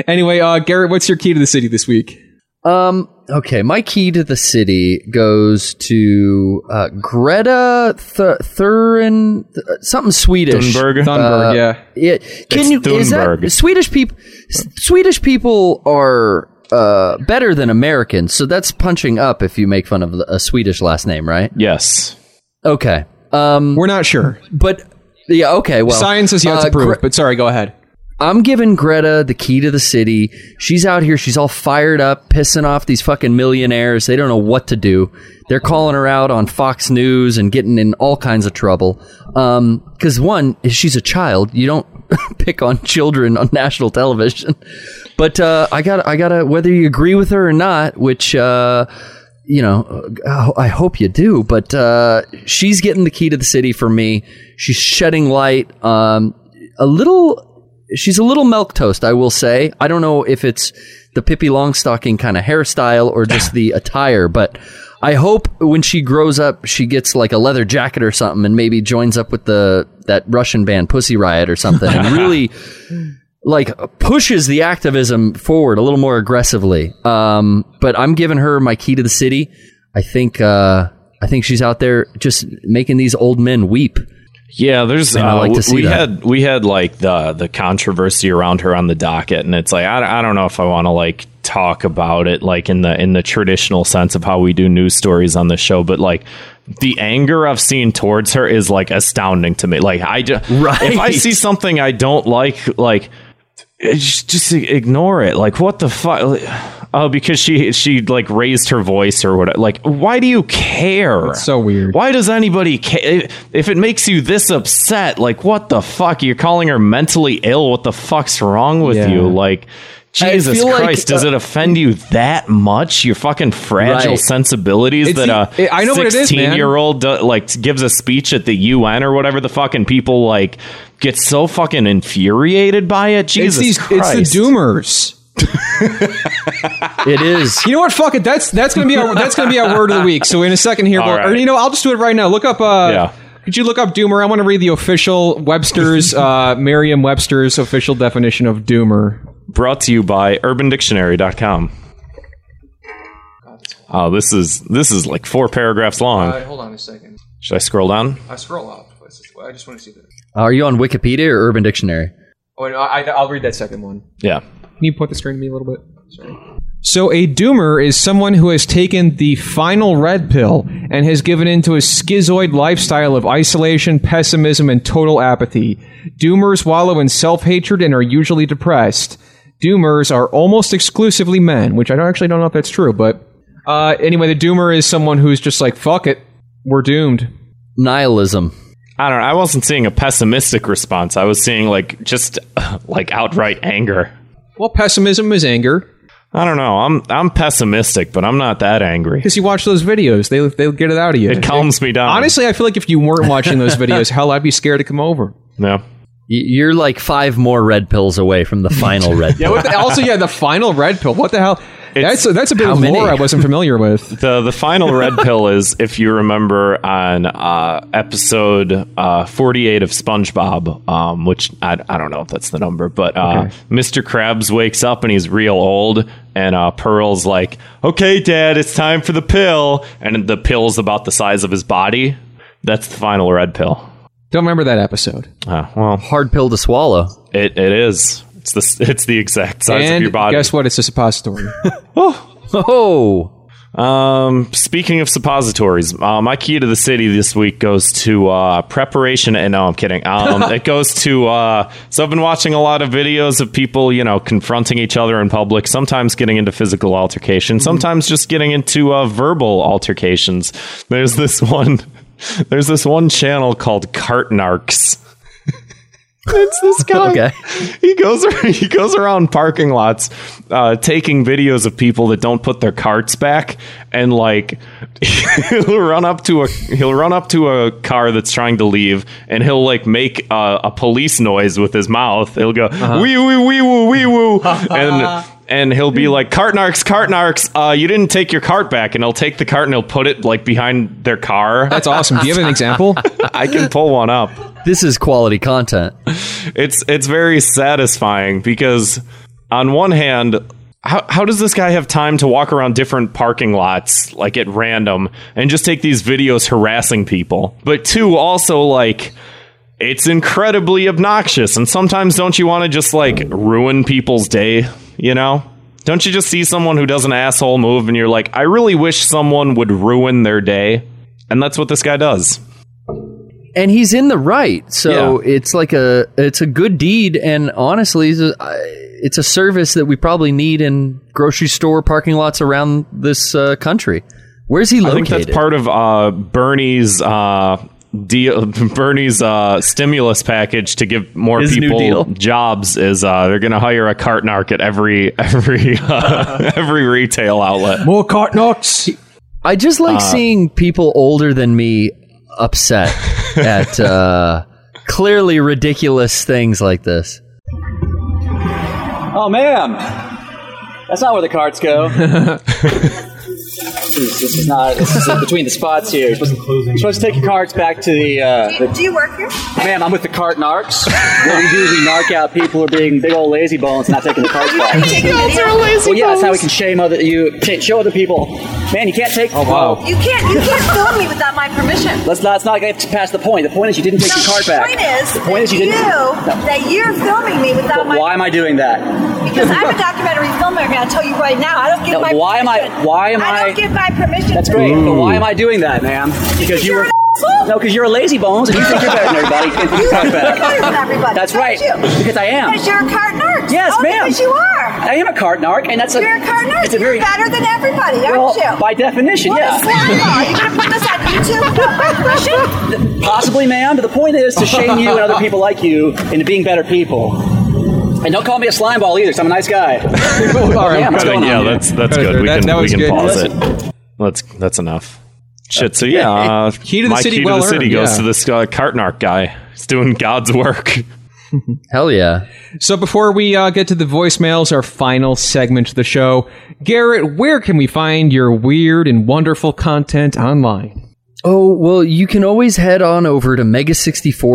Speaker 6: anyway, uh, Garrett, what's your key to the city this week?
Speaker 8: Um. Okay, my key to the city goes to uh, Greta Th- Thurin, th- something Swedish.
Speaker 7: Thunberg.
Speaker 6: Thunberg,
Speaker 8: Uh,
Speaker 6: yeah.
Speaker 8: Yeah, can
Speaker 7: It's
Speaker 8: you? Is that,
Speaker 7: Thunberg.
Speaker 8: Swedish people. Swedish people are uh, better than Americans, so that's punching up if you make fun of a Swedish last name, right?
Speaker 7: Yes.
Speaker 8: Okay. Um.
Speaker 6: We're not sure.
Speaker 8: But yeah. Okay. Well,
Speaker 6: Science is yet
Speaker 8: uh,
Speaker 6: to prove,
Speaker 8: Gre-
Speaker 6: but sorry, go ahead.
Speaker 8: I'm giving Greta the key to the city. She's out here. She's all fired up, pissing off these fucking millionaires. They don't know what to do. They're calling her out on Fox News and getting in all kinds of trouble. Because one, she's a child. You don't pick on children on national television. But uh, I got, I gotta. Whether you agree with her or not, which. Uh, you know, uh, I hope you do, but uh, she's getting the key to the city for me. She's shedding light. Um, a little she's a little milk toast, I will say. I don't know if it's the Pippi Longstocking kind of hairstyle or just the attire, but I hope when she grows up, she gets like a leather jacket or something, and maybe joins up with the that Russian band Pussy Riot or something, and really like pushes the activism forward a little more aggressively. Um, but I'm giving her my key to the city. I think uh, I think she's out there just making these old men weep.
Speaker 7: Yeah, there's.
Speaker 8: I
Speaker 7: uh,
Speaker 8: like to
Speaker 7: w-
Speaker 8: see
Speaker 7: we
Speaker 8: that.
Speaker 7: had we had like the the controversy around her on the docket, and it's like I, I don't know if I want to like talk about it like in the in the traditional sense of how we do news stories on the show, but like the anger I've seen towards her is like astounding to me. Like I just
Speaker 8: Right.
Speaker 7: if I see something I don't like, like just, just ignore it. Like what the fuck. Oh, because she she like raised her voice or whatever. Like, why do you care?
Speaker 6: It's so weird.
Speaker 7: Why does anybody care? If it makes you this upset, like, what the fuck? You're calling her mentally ill. What the fuck's wrong with
Speaker 6: Yeah.
Speaker 7: you? Like,
Speaker 8: I
Speaker 7: Jesus
Speaker 8: feel like,
Speaker 7: Christ, does
Speaker 8: uh,
Speaker 7: it offend you that much? Your fucking fragile
Speaker 8: Right.
Speaker 7: sensibilities
Speaker 6: It's
Speaker 7: that
Speaker 6: the-
Speaker 7: a
Speaker 6: it- I know what it is, man.
Speaker 7: year old like gives a speech at the UN or whatever the fucking people like get so fucking infuriated by it.
Speaker 6: it's
Speaker 7: Jesus
Speaker 6: these
Speaker 7: Christ.
Speaker 6: it's the doomers.
Speaker 8: It is.
Speaker 6: You know what? Fuck it. That's that's gonna be our that's gonna be our word of the week. So in a second here,
Speaker 7: All
Speaker 6: we'll, or
Speaker 7: right.
Speaker 6: you know, I'll just do it right now. Look up. Uh,
Speaker 7: Yeah.
Speaker 6: Could you look up doomer? I want to read the official Webster's, uh, Merriam-Webster's official definition of doomer.
Speaker 7: brought to you by urbandictionary.com oh this is this is like four paragraphs long
Speaker 6: hold on a second.
Speaker 7: should i scroll down
Speaker 6: I scroll up. I just want to see that.
Speaker 8: Are you on Wikipedia or Urban Dictionary?
Speaker 6: Oh, I, I'll read that second one.
Speaker 7: yeah
Speaker 6: Can you point the screen to me a little bit? Sorry. So a doomer is someone who has taken the final red pill and has given into a schizoid lifestyle of isolation, pessimism, and total apathy. Doomers wallow in self-hatred and are usually depressed. Doomers are almost exclusively men, which I don't actually don't know if that's true, but uh, anyway, the doomer is someone who's just like, "Fuck it, we're doomed."
Speaker 8: Nihilism.
Speaker 7: i don't know i wasn't seeing a pessimistic response i was seeing like just like outright anger
Speaker 6: Well, pessimism is anger
Speaker 7: i don't know i'm i'm pessimistic but i'm not that angry
Speaker 6: because you watch those videos; they they get it out of you.
Speaker 7: it calms me down
Speaker 6: Honestly, I feel like if you weren't watching those videos, hell, I'd be scared to come over.
Speaker 7: yeah
Speaker 8: You're like five more red pills away from the final red
Speaker 6: Yeah.
Speaker 8: pill.
Speaker 6: What the, also, yeah, the final red pill. What the hell? that's a, that's a bit
Speaker 8: how
Speaker 6: of
Speaker 8: many?
Speaker 6: lore I wasn't familiar with.
Speaker 7: the the final red pill is if you remember on uh, episode uh, 48 of SpongeBob, um, which I, I don't know if that's the number, but uh, Mr. Krabs wakes up and he's real old, and uh, Pearl's like, "Okay, Dad, it's time for the pill," and the pill's about the size of his body. That's the final red pill.
Speaker 6: Don't remember that episode.
Speaker 7: Uh, well,
Speaker 8: Hard pill to swallow.
Speaker 7: it, it is. It's the s- it's the exact size of
Speaker 6: and
Speaker 7: your body.
Speaker 6: guess what? It's a suppository.
Speaker 8: Oh,
Speaker 7: Um, speaking of suppositories, uh, my key to the city this week goes to uh, preparation. And no, I'm kidding. Um, it goes to. Uh, so I've been watching a lot of videos of people, you know, confronting each other in public. Sometimes getting into physical altercation. Sometimes just getting into uh, verbal altercations. There's this one. There's this one channel called Cart Narcs. it's this guy
Speaker 8: okay.
Speaker 7: he goes he goes around parking lots uh, taking videos of people that don't put their carts back and like he'll run up to a he'll run up to a car that's trying to leave and he'll like make uh, a, a police noise with his mouth he'll go wee wee wee woo wee woo and and he'll be like cart narcs cart narcs uh, you didn't take your cart back and he'll take the cart and he'll put it like behind their car
Speaker 6: That's awesome. Do you have an example?
Speaker 7: i can pull one up
Speaker 8: This is quality content.
Speaker 7: it's it's very satisfying because on one hand how, how does this guy have time to walk around different parking lots like at random and just take these videos harassing people but two also like it's incredibly obnoxious and sometimes don't you want to just like ruin people's day you know don't you just see someone who does an asshole move and you're like i really wish someone would ruin their day and that's what this guy does
Speaker 8: and he's in the right so it's like a it's a good deed and honestly it's a, it's a service that we probably need in grocery store parking lots around this uh, country where's he
Speaker 7: I
Speaker 8: located
Speaker 7: think that's part of uh, Bernie's uh, deal. Bernie's uh, stimulus package to give more
Speaker 8: His new deal.
Speaker 7: people jobs is uh, they're going to hire a cart narc at every every uh, every retail outlet.
Speaker 6: More cart knocks.
Speaker 8: i just like seeing people older than me upset at uh, clearly ridiculous things like this
Speaker 4: Oh, ma'am. That's not where the carts go. this, is, this is not. This is in between the spots here. You're supposed, you're supposed to take your carts back to the. Uh, the
Speaker 11: Do you work here?
Speaker 4: ma'am, I'm with the cart narcs. what we do is we narc out people who are being big old lazy bones, not taking the carts back. well, yeah, that's how we can shame other you can't show other people. Man, you can't take. Oh wow.
Speaker 11: You can't. You can't film me without my permission.
Speaker 4: Let's not. It's not like I have to pass the point. The point is you didn't take
Speaker 11: No,
Speaker 4: your cart
Speaker 11: the
Speaker 4: back.
Speaker 11: point is
Speaker 4: the point is you
Speaker 11: that
Speaker 4: didn't. No.
Speaker 11: that you're filming me without my
Speaker 4: Why am I doing that?
Speaker 11: because I'm a documentary filmmaker. I'll tell you right now, I don't give
Speaker 4: No,
Speaker 11: my
Speaker 4: why am I-
Speaker 11: permission.
Speaker 4: why am
Speaker 11: I
Speaker 4: I-
Speaker 11: don't give my permission.
Speaker 4: That's
Speaker 11: to-
Speaker 4: great, but why am I doing that, ma'am?
Speaker 11: Because
Speaker 4: Because you
Speaker 11: you're
Speaker 4: were.
Speaker 11: an asshole.
Speaker 4: No, because you're a lazy bones and you think you're better than everybody. You think
Speaker 11: You
Speaker 4: you're
Speaker 11: are
Speaker 4: better.
Speaker 11: better than everybody.
Speaker 4: That's
Speaker 11: not
Speaker 4: right.
Speaker 11: You.
Speaker 4: Because I am.
Speaker 11: Because you're a card nerd.
Speaker 4: Yes,
Speaker 11: oh,
Speaker 4: ma'am.
Speaker 11: Because you are.
Speaker 4: I am a cart narc, and that's a.
Speaker 11: You're a card nerd.
Speaker 4: It's a very.
Speaker 11: You're better than everybody,
Speaker 4: well,
Speaker 11: aren't you?
Speaker 4: by definition,
Speaker 11: what a
Speaker 4: yeah.
Speaker 11: slimeball. You're gonna put this on YouTube without my permission?
Speaker 4: Possibly, ma'am, but the point is to shame you and other people like you into being better people. And don't call me a slime ball either, 'cause I'm a nice guy.
Speaker 6: All right.
Speaker 4: Ma'am, what's
Speaker 7: But,
Speaker 4: going
Speaker 7: yeah,
Speaker 4: on here?
Speaker 7: that's that's
Speaker 6: Right
Speaker 7: good.
Speaker 6: there.
Speaker 7: We
Speaker 6: That-
Speaker 7: can
Speaker 6: that
Speaker 7: we
Speaker 6: was
Speaker 7: can
Speaker 6: good.
Speaker 7: pause it. Let's that's enough. Shit. So yeah, uh,
Speaker 6: Key to the
Speaker 7: my
Speaker 6: city
Speaker 7: key
Speaker 6: well
Speaker 7: to the city
Speaker 6: earned,
Speaker 7: goes
Speaker 6: yeah.
Speaker 7: to this uh, cart narc guy. He's doing God's work.
Speaker 8: hell yeah
Speaker 6: So before we uh, get to the voicemails, our final segment of the show, Garrett, where can we find your weird and wonderful content online?
Speaker 8: Oh, well, you can always head on over to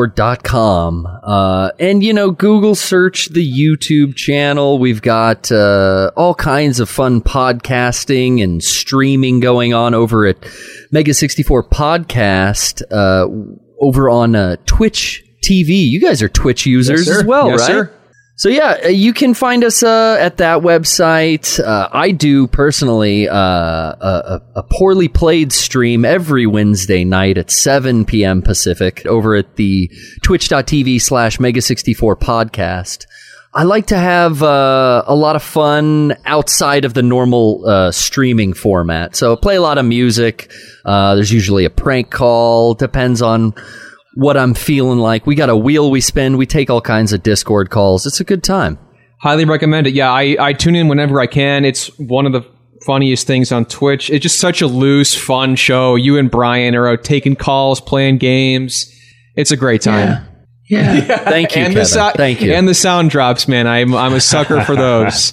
Speaker 8: mega64.com. Uh, and, you know, Google search the YouTube channel. We've got uh, all kinds of fun podcasting and streaming going on over at Mega64 Podcast uh, over on uh, Twitch TV. You guys are Twitch users as well,
Speaker 6: Yes,
Speaker 8: right?
Speaker 6: sir.
Speaker 8: So yeah, uh, you can find us uh, at that website. Uh, I do personally uh, a, a a poorly played stream every Wednesday night at 7 p.m. Pacific over at the twitch.tv slash mega64 podcast. I like to have uh, a lot of fun outside of the normal uh, streaming format. So I play a lot of music. Uh, there's usually a prank call. Depends on what I'm feeling like. We got a wheel we spin. We take all kinds of Discord calls. It's a good time.
Speaker 6: Highly recommend it. Yeah, I, I tune in whenever I can. It's one of the funniest things on Twitch. It's just such a loose, fun show. You and Brian are out taking calls, playing games. It's a great time.
Speaker 8: Yeah. Thank you, Kevin.
Speaker 6: and The sou-
Speaker 8: Thank you.
Speaker 6: And the sound drops, man. I'm I'm a sucker for those.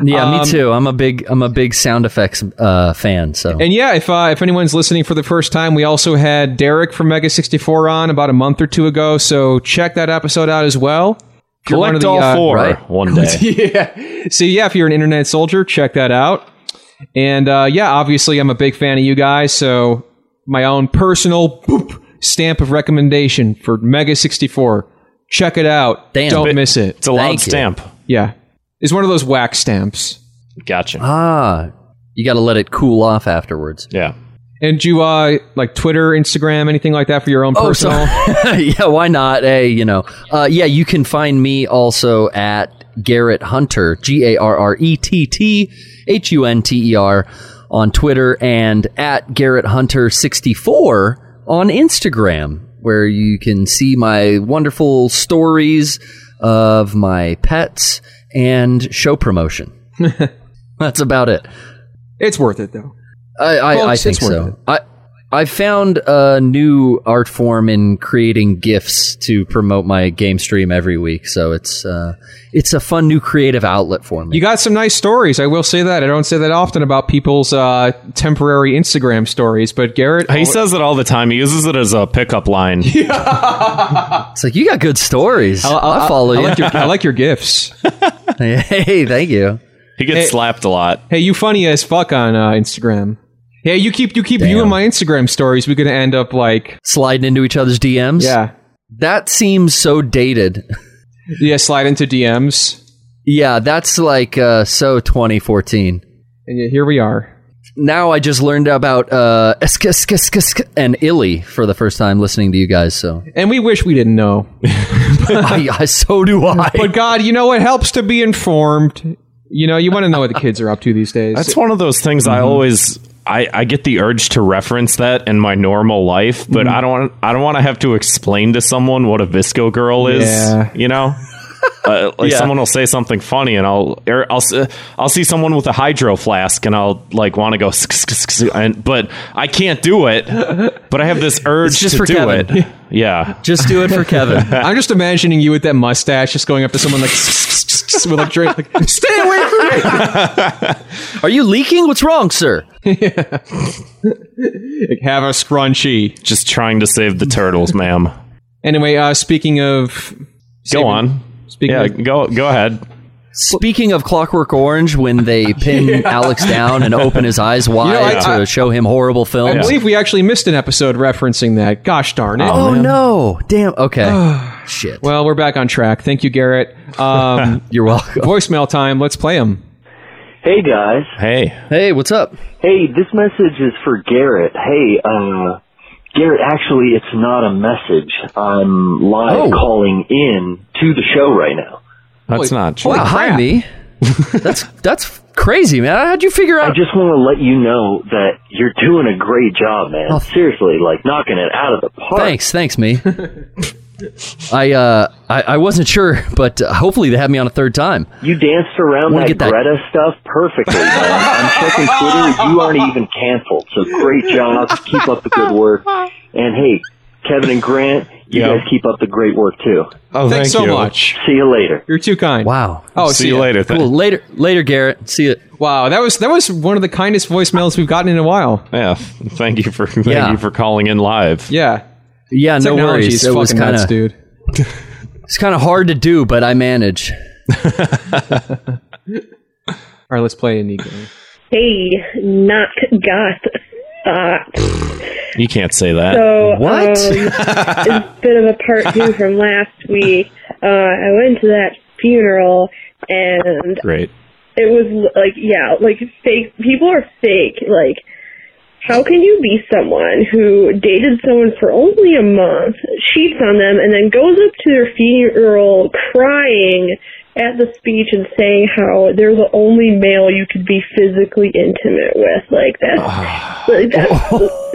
Speaker 8: yeah,
Speaker 6: Um,
Speaker 8: me too. I'm a big I'm a big sound effects uh, fan. So
Speaker 6: And yeah, if uh, if anyone's listening for the first time, we also had Derek from Mega sixty four on about a month or two ago. So check that episode out as well. If you're one of
Speaker 12: Collect all
Speaker 6: the, uh,
Speaker 12: four
Speaker 6: right.
Speaker 12: one day.
Speaker 6: yeah. So yeah, if you're an internet soldier, check that out. And uh, yeah, obviously, I'm a big fan of you guys. So my own personal boop stamp of recommendation for Mega sixty four. Check it out.
Speaker 8: Damn.
Speaker 6: Don't
Speaker 8: It-
Speaker 6: miss it.
Speaker 12: It's a loud
Speaker 8: Thank you.
Speaker 12: stamp.
Speaker 6: Yeah. It's one of those wax stamps.
Speaker 12: Gotcha.
Speaker 6: Uh,
Speaker 8: ah, you got to let it cool off afterwards.
Speaker 12: yeah.
Speaker 6: And do you uh, like Twitter, Instagram, anything like that for your own
Speaker 8: Oh, so-
Speaker 6: personal?
Speaker 8: yeah, why not? Hey, you know, uh, yeah, you can find me also at Garrett Hunter, G A R R E T T H U N T E R on Twitter and at Garrett Hunter 64 on Instagram, where you can see my wonderful stories of my pets and show promotion. That's about it.
Speaker 6: it's worth it though.
Speaker 8: I, I,
Speaker 6: Well,
Speaker 8: I
Speaker 6: it's-
Speaker 8: think
Speaker 6: it's worth
Speaker 8: so.
Speaker 6: it.
Speaker 8: I I found a new art form in creating gifs to promote my game stream every week. So it's uh, it's a fun new creative outlet for me.
Speaker 6: You got some nice stories. I will say that. I don't say that often about people's uh, temporary Instagram stories, but Garrett,
Speaker 12: He says it all the time. He uses it as a pickup line.
Speaker 8: it's like you got good stories. I'll, follow
Speaker 6: I
Speaker 8: you.
Speaker 6: like your, I like your gifts.
Speaker 8: hey, thank you.
Speaker 12: He gets
Speaker 6: Hey.
Speaker 12: slapped a lot.
Speaker 6: Hey, you funny as fuck on uh, Instagram. Hey, you keep you keep viewing my Instagram stories. We're gonna end up like
Speaker 8: Sliding into each other's DMs.
Speaker 6: yeah,
Speaker 8: that seems so dated.
Speaker 6: yeah, slide into DMs,
Speaker 8: yeah, that's like uh, so 2014.
Speaker 6: and yeah, here we are.
Speaker 8: Now I just learned about uh, esk- esk- esk- esk- and illy for the first time listening to you guys. So
Speaker 6: And we wish we didn't know,
Speaker 8: I, I so do I.
Speaker 6: but God, you know it helps to be informed. You know, you want to know what the kids are up to these days.
Speaker 12: That's one of those things I always I, I get the urge to reference that in my normal life, but I don't want I don't want to have to explain to someone what a visco girl is.
Speaker 6: Yeah.
Speaker 12: You know, uh, like someone will say something funny, and I'll or I'll s- uh, I'll see someone with a hydro flask, and I'll like want to go, "Sk- sk- sk- sk," and but I can't do it. But I have this urge
Speaker 8: just
Speaker 12: to
Speaker 8: for
Speaker 12: do
Speaker 8: Kevin.
Speaker 12: it. Yeah,
Speaker 8: Just do it for Kevin.
Speaker 6: I'm just imagining you with that mustache, just going up to someone like with like drink, like stay away from me.
Speaker 8: Are you leaking? What's wrong, sir?
Speaker 6: Like, have a scrunchie.
Speaker 12: just trying to save the turtles, ma'am.
Speaker 6: Anyway, uh, speaking of,
Speaker 12: Go
Speaker 6: saving-
Speaker 12: on.
Speaker 6: Speaking
Speaker 12: Yeah,
Speaker 6: of,
Speaker 12: go go ahead.
Speaker 8: Speaking of Clockwork Orange, when they pin Alex down and open his eyes wide
Speaker 6: I-
Speaker 8: to
Speaker 6: I-
Speaker 8: show him horrible
Speaker 6: I
Speaker 8: films.
Speaker 6: believe we actually missed an episode referencing that. Gosh darn it.
Speaker 8: Oh no! Damn. Okay. Shit.
Speaker 6: Well, we're back on track. Thank you, Garrett. Um,
Speaker 8: You're welcome.
Speaker 6: voicemail time. Let's play them.
Speaker 13: Hey guys.
Speaker 12: Hey,
Speaker 8: Hey, what's up?
Speaker 13: Hey, this message is for Garrett. Hey, uh, Garrett, actually, it's not a message. I'm live
Speaker 8: Oh.
Speaker 13: calling in to the show right now.
Speaker 12: that's not true.
Speaker 8: Wow, hi, me. That's that's crazy, man. How'd you figure
Speaker 13: I
Speaker 8: out?
Speaker 13: just want to let you know that you're doing a great job, man.
Speaker 8: Oh.
Speaker 13: Seriously, like knocking it out of the park.
Speaker 8: Thanks, thanks, me. I uh, I, I wasn't sure, but uh, hopefully they have me on a third time.
Speaker 13: You danced around
Speaker 8: Wanna
Speaker 13: that,
Speaker 8: get that-
Speaker 13: Greta stuff perfectly, man. I'm checking Twitter. You aren't even canceled. So great job. Keep up the good work. And hey, Kevin and Grant, you
Speaker 12: Yeah.
Speaker 13: guys keep up the great work too.
Speaker 12: Oh,
Speaker 6: Thanks
Speaker 12: thank
Speaker 6: so
Speaker 12: you.
Speaker 6: much.
Speaker 13: See you later.
Speaker 6: You're too kind.
Speaker 8: Wow.
Speaker 6: Oh,
Speaker 12: See, you
Speaker 6: ya.
Speaker 12: later. Th-
Speaker 8: Cool. Later, later, Garrett. See you.
Speaker 6: Wow, that was that was one of the kindest voicemails we've gotten in a while.
Speaker 12: Yeah, thank you for thank
Speaker 8: Yeah.
Speaker 12: you for calling in live.
Speaker 6: Yeah,
Speaker 8: Yeah, no
Speaker 6: technology
Speaker 8: worries.
Speaker 6: is
Speaker 8: It
Speaker 6: fucking
Speaker 8: was kind
Speaker 6: nuts,
Speaker 8: of
Speaker 6: dude.
Speaker 8: It's kind of hard to do, but I manage.
Speaker 6: All right, let's play a new game.
Speaker 14: Hey, not goth thought.
Speaker 12: You can't say that.
Speaker 14: So
Speaker 8: What?
Speaker 14: Um, it's a bit of a part two from last week. Uh, I went to that funeral and
Speaker 12: Great.
Speaker 14: it was like yeah like fake people are fake like how can you be someone who dated someone for only a month cheats on them and then goes up to their funeral crying at the speech and saying how they're the only male you could be physically intimate with like that's like that's,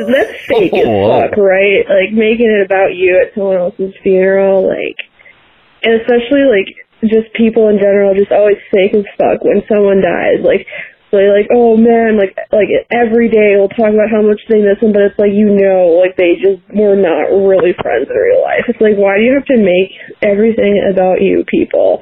Speaker 14: that's fake as fuck right like making it about you at someone else's funeral like and especially like just people in general just always fake as fuck when someone dies like seriously, like, oh man, like, like every day we'll talk about how much they miss him, but it's like you know, like they just were not really friends in real life. It's like, why do you have to make everything about you, people?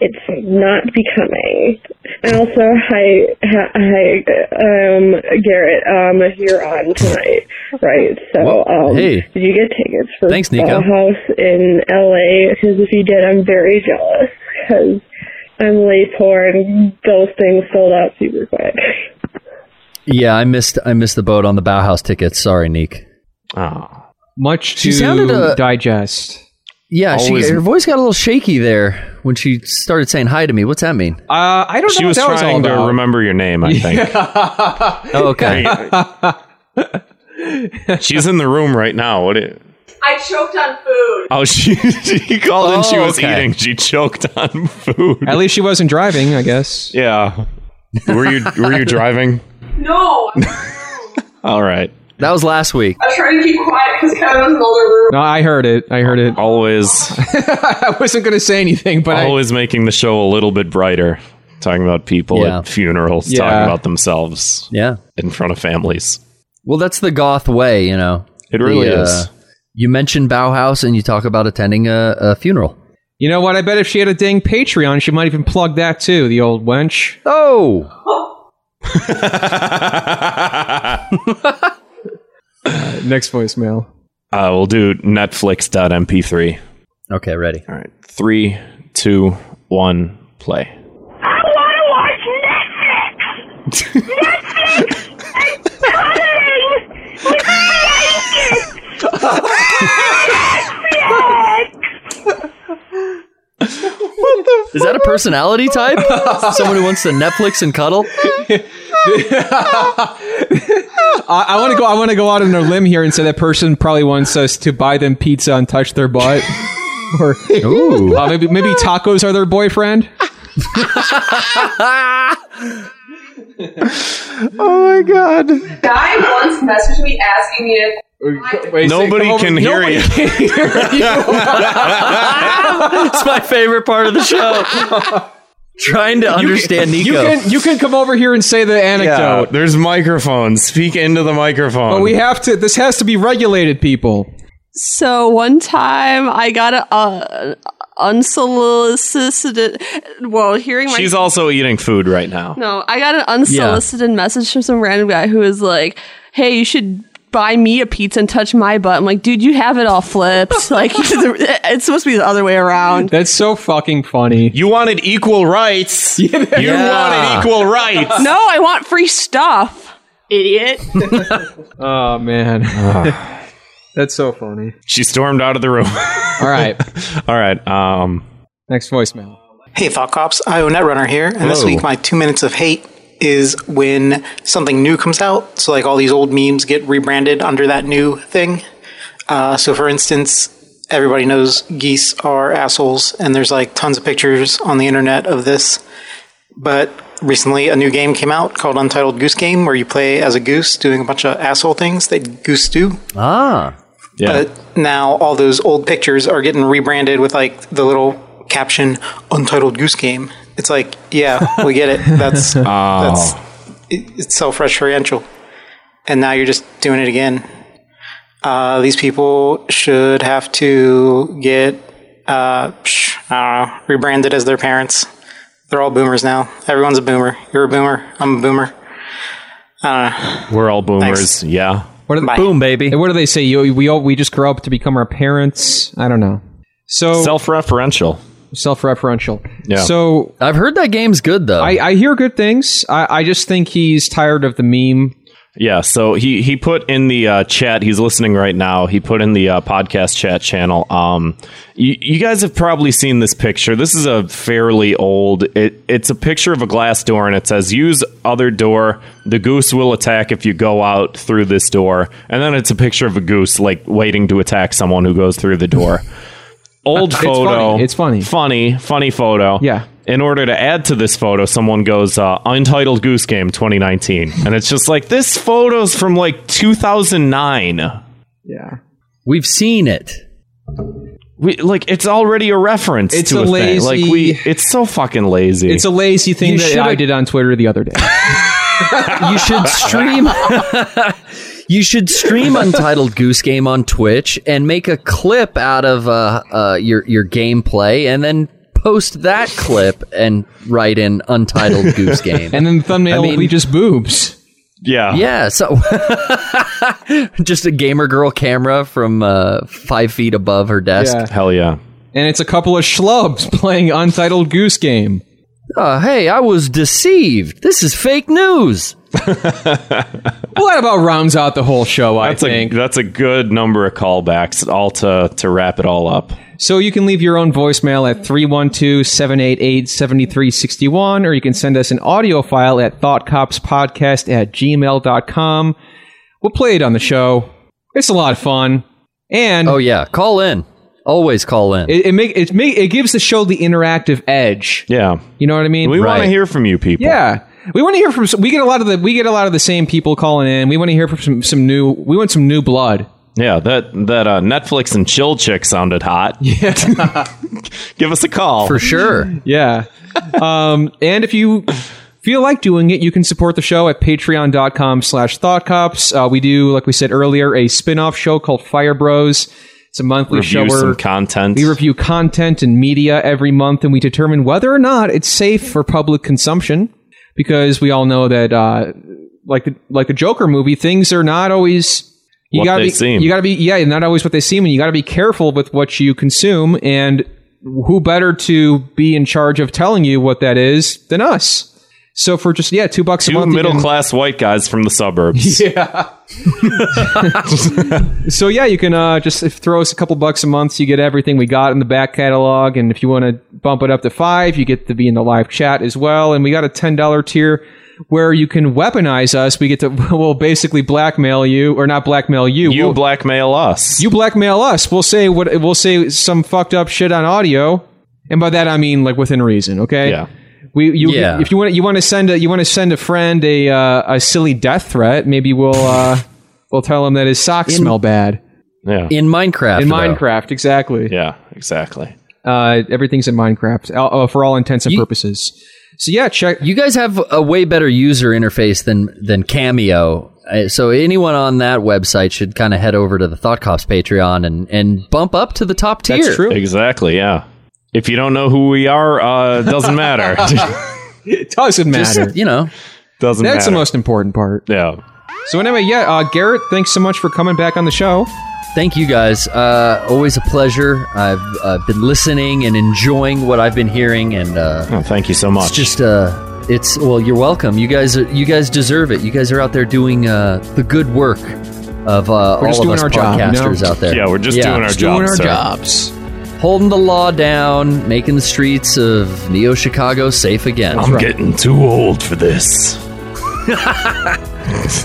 Speaker 14: It's not becoming. And also, hi, hi, hi, um, Garrett, um, you're on tonight, right? So, um,
Speaker 8: Hey.
Speaker 14: did you get tickets for
Speaker 8: Thanks, Nico.
Speaker 14: Bell House in LA? Because if you did, I'm very jealous. Because I'm late for and those things sold out super quick.
Speaker 8: Yeah, I missed I missed the boat on the Bauhaus tickets. Sorry, Neek.
Speaker 7: Oh.
Speaker 6: Much
Speaker 8: She
Speaker 6: to
Speaker 8: sounded, uh,
Speaker 6: digest.
Speaker 8: Yeah, she,
Speaker 6: Always-
Speaker 8: her voice got a little shaky there when she started saying hi to me. What's that mean?
Speaker 6: Uh, I don't
Speaker 7: she
Speaker 6: know
Speaker 7: was
Speaker 6: what that was all
Speaker 7: trying to
Speaker 6: about.
Speaker 7: remember your name, I think.
Speaker 8: Oh, okay.
Speaker 7: She's in the room right now. What? It,
Speaker 15: I choked on food.
Speaker 7: oh, she she called and she
Speaker 6: Oh,
Speaker 7: was
Speaker 6: okay.
Speaker 7: eating. She choked on food.
Speaker 6: At least she wasn't driving, I guess.
Speaker 7: Yeah. Were you Were you driving?
Speaker 15: No,
Speaker 7: All right.
Speaker 8: That was last week.
Speaker 15: I was trying to keep quiet because Kevin was in the other room.
Speaker 6: No, I heard it. I heard it.
Speaker 7: Always,
Speaker 6: I wasn't going to say anything, but I,
Speaker 7: always making the show a little bit brighter. Talking about people
Speaker 8: Yeah.
Speaker 7: at funerals,
Speaker 8: Yeah.
Speaker 7: talking about themselves,
Speaker 8: Yeah.
Speaker 7: in front of families.
Speaker 8: Well, that's the goth way, you know.
Speaker 7: It really
Speaker 8: The, uh,
Speaker 7: is.
Speaker 8: you mention Bauhaus and you talk about attending a, a funeral.
Speaker 6: you know what? I bet if she had a dang Patreon, she might even plug that too. The old wench.
Speaker 8: Oh,
Speaker 6: next voicemail.
Speaker 7: Uh, we'll do Netflix.mp3.
Speaker 8: Okay, ready.
Speaker 7: All right. Three, two, one, play.
Speaker 11: I want to watch Netflix. Netflix and coloring with blankets. Netflix.
Speaker 8: is that a personality type? Someone who wants to Netflix and cuddle?
Speaker 6: I, I want to go. I want to go out on a limb here and say that person probably wants us to buy them pizza and touch their butt, or Uh, maybe maybe tacos are their boyfriend.
Speaker 7: Oh my god.
Speaker 15: Guy once messaged me asking me if
Speaker 7: Nobody can hear you.
Speaker 8: it's my favorite part of the show. Trying to understand
Speaker 6: you
Speaker 8: Nico.
Speaker 6: can you can come over here and say the anecdote,
Speaker 7: there's microphones. Speak into the microphone.
Speaker 6: but we have to. This has to be regulated, people.
Speaker 15: So one time I got a uh, unsolicited. Well, hearing my
Speaker 7: She's also eating food right now.
Speaker 15: no, I got an unsolicited message from some random guy who was like, "Hey, you should." Buy me a pizza and touch my butt. I'm like, dude, you have it all flipped. Like, it's supposed to be the other way around.
Speaker 6: That's so fucking funny.
Speaker 7: You wanted equal rights. you wanted equal rights.
Speaker 15: No, I want free stuff, idiot.
Speaker 6: Oh man, that's so funny.
Speaker 7: She stormed out of the room.
Speaker 6: All right,
Speaker 7: All right. Um,
Speaker 6: next voicemail.
Speaker 16: Hey, Thought Cops, IO Netrunner here, and this
Speaker 6: Hello.
Speaker 16: week my two minutes of hate is when something new comes out. So, like all these old memes get rebranded under that new thing. Uh, so, for instance, everybody knows geese are assholes, and there's like tons of pictures on the internet of this. But recently, a new game came out called Untitled Goose Game, where you play as a goose doing a bunch of asshole things that goose do.
Speaker 8: Ah.
Speaker 16: But now all those old pictures are getting rebranded with like the little caption "Untitled Goose Game." It's like, yeah, we get it. That's that's it, it's self-referential, and now you're just doing it again. Uh, these people should have to get uh, psh, I don't know, rebranded as their parents. They're all boomers now. Everyone's a boomer. You're a boomer. I'm a boomer. I
Speaker 7: We're all boomers.
Speaker 16: Thanks.
Speaker 7: Yeah.
Speaker 6: What are
Speaker 16: Bye.
Speaker 8: Boom, baby.
Speaker 6: What do they say? You, we all, we just grow up to become our parents. I don't know. So
Speaker 7: Self-referential.
Speaker 6: self-referential.
Speaker 7: Yeah.
Speaker 6: So
Speaker 8: I've heard that game's good though.
Speaker 6: I, I hear good things. I, I just think he's tired of the meme.
Speaker 7: Yeah, so he he put in the uh, chat. He's listening right now. He put in the uh, podcast chat channel. Um, you, you guys have probably seen this picture. This is a fairly old. It it's a picture of a glass door, and it says "Use other door. The goose will attack if you go out through this door." And then it's a picture of a goose like waiting to attack someone who goes through the door. old
Speaker 6: It's
Speaker 7: photo.
Speaker 6: funny. It's funny.
Speaker 7: Funny, funny photo.
Speaker 6: Yeah.
Speaker 7: In order to add to this photo, someone goes uh, "Untitled Goose Game 2019," and it's just like this photo's from like 2009.
Speaker 6: Yeah.
Speaker 8: We've seen it.
Speaker 12: We like it's already a reference.
Speaker 6: It's
Speaker 12: to
Speaker 6: a
Speaker 12: a, thing.
Speaker 6: lazy-
Speaker 12: Like we, it's so fucking lazy.
Speaker 6: It's a lazy thing
Speaker 12: You
Speaker 6: that
Speaker 12: should've-
Speaker 6: I did on Twitter the other day.
Speaker 8: you should stream you should stream untitled goose game on twitch and make a clip out of uh, uh, your your gameplay and then post that clip and write in untitled goose game
Speaker 6: and then the thumbnail will be just boobs
Speaker 12: yeah
Speaker 8: yeah so just a gamer girl camera from uh, five feet above her desk
Speaker 6: Yeah.
Speaker 12: hell yeah
Speaker 6: and it's a couple of schlubs playing Untitled Goose Game.
Speaker 8: Uh, hey, I was deceived. This is fake news.
Speaker 6: well, that about rounds out the whole show. I
Speaker 12: that's a that's a good number of callbacks all to to wrap it all up.
Speaker 6: So you can leave your own voicemail at 312-788-7361, or you can send us an audio file at thoughtcopspodcast at gmail.com. We'll play it on the show. It's a lot of fun. And Oh
Speaker 8: yeah, call in. Always call in.
Speaker 6: It, it make it make it gives the show the interactive edge.
Speaker 12: Yeah.
Speaker 6: You know what I mean?
Speaker 12: We want to hear from you people.
Speaker 6: Yeah. We want to hear from some, we get a lot of the we get a lot of the same people calling in. We want to hear from some, some new we want some new blood.
Speaker 12: Yeah, that that uh, Netflix and chill chick sounded hot.
Speaker 6: Yeah.
Speaker 12: Give us a call.
Speaker 8: For sure.
Speaker 6: yeah. Um, and if you feel like doing it, you can support the show at patreon.com slash thoughtcops. Uh, we do, like we said earlier, a spin-off show called Fire Bros. It's a monthly show
Speaker 12: Review
Speaker 6: where
Speaker 12: some content.
Speaker 6: we review content and media every month, and we determine whether or not it's safe for public consumption. Because we all know that, uh, like the like the Joker movie, things are not always you
Speaker 12: What
Speaker 6: gotta
Speaker 12: they
Speaker 6: be
Speaker 12: seem.
Speaker 6: you gotta be yeah, not always what they seem, and you gotta be careful with what you consume. And who better to be in charge of telling you what that is than us? So for just yeah, two bucks a
Speaker 12: Two
Speaker 6: month, you
Speaker 12: middle
Speaker 6: can-
Speaker 12: class white guys from the suburbs.
Speaker 6: yeah. so yeah, you can uh, just if, throw us a couple bucks a month. So you get everything we got in the back catalog, and if you want to bump it up to five, you get to be in the live chat as well. And we got a ten dollar tier where you can weaponize us. We get to we'll basically blackmail you, or not blackmail you.
Speaker 12: You
Speaker 6: We'll-
Speaker 12: blackmail us.
Speaker 6: you blackmail us. We'll say what we'll say some fucked up shit on audio, and by that I mean like within reason. Okay. Yeah. We you
Speaker 8: Yeah.
Speaker 6: if you want you want to send a you want to send a friend a uh, a silly death threat. Maybe we'll uh, we'll tell him that his socks
Speaker 8: In-
Speaker 6: smell bad.
Speaker 12: Yeah.
Speaker 8: In Minecraft.
Speaker 6: In
Speaker 8: though.
Speaker 6: Minecraft, exactly.
Speaker 12: Yeah, exactly.
Speaker 6: Uh, everything's in Minecraft uh, uh, for all intents and purposes. So yeah, check.
Speaker 8: You guys have a way better user interface than than Cameo. Uh, So anyone on that website should kind of head over to the Thought Cops Patreon and and bump up to the top tier.
Speaker 12: Exactly. Yeah. If you don't know who we are, uh, it doesn't matter.
Speaker 6: It doesn't
Speaker 12: Just,
Speaker 6: matter.
Speaker 8: you know,
Speaker 12: doesn't
Speaker 6: that's the
Speaker 12: matter.
Speaker 6: most important part.
Speaker 12: Yeah.
Speaker 6: So anyway, yeah, uh, Garrett, thanks so much for coming back on the show.
Speaker 8: Thank you guys. Uh, always a pleasure. I've uh, been listening and enjoying what I've been hearing, and uh,
Speaker 12: Oh, thank you so much.
Speaker 8: It's just uh, it's well, you're welcome. You guys, you guys deserve it. You guys are out there doing uh, the good work of uh, all
Speaker 6: We're just
Speaker 8: of
Speaker 6: doing
Speaker 8: us
Speaker 6: our job, you know?
Speaker 8: podcasters out there.
Speaker 12: Yeah, we're just doing our
Speaker 6: Just doing jobs, our sir.
Speaker 8: jobs. Holding the law down, making the streets of Neo Chicago safe again.
Speaker 12: I'm getting too old for this.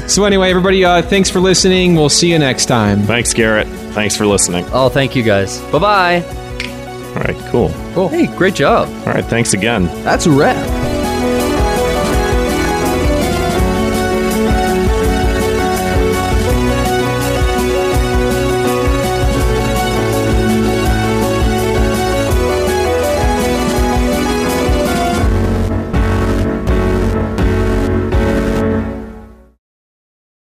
Speaker 6: So anyway, everybody, uh, thanks for listening. We'll see you next time.
Speaker 12: Thanks, Garrett. Thanks for listening.
Speaker 8: Oh, thank you guys. Bye bye.
Speaker 12: All right, cool.
Speaker 8: Hey, great job.
Speaker 12: All right, thanks again.
Speaker 6: That's a wrap.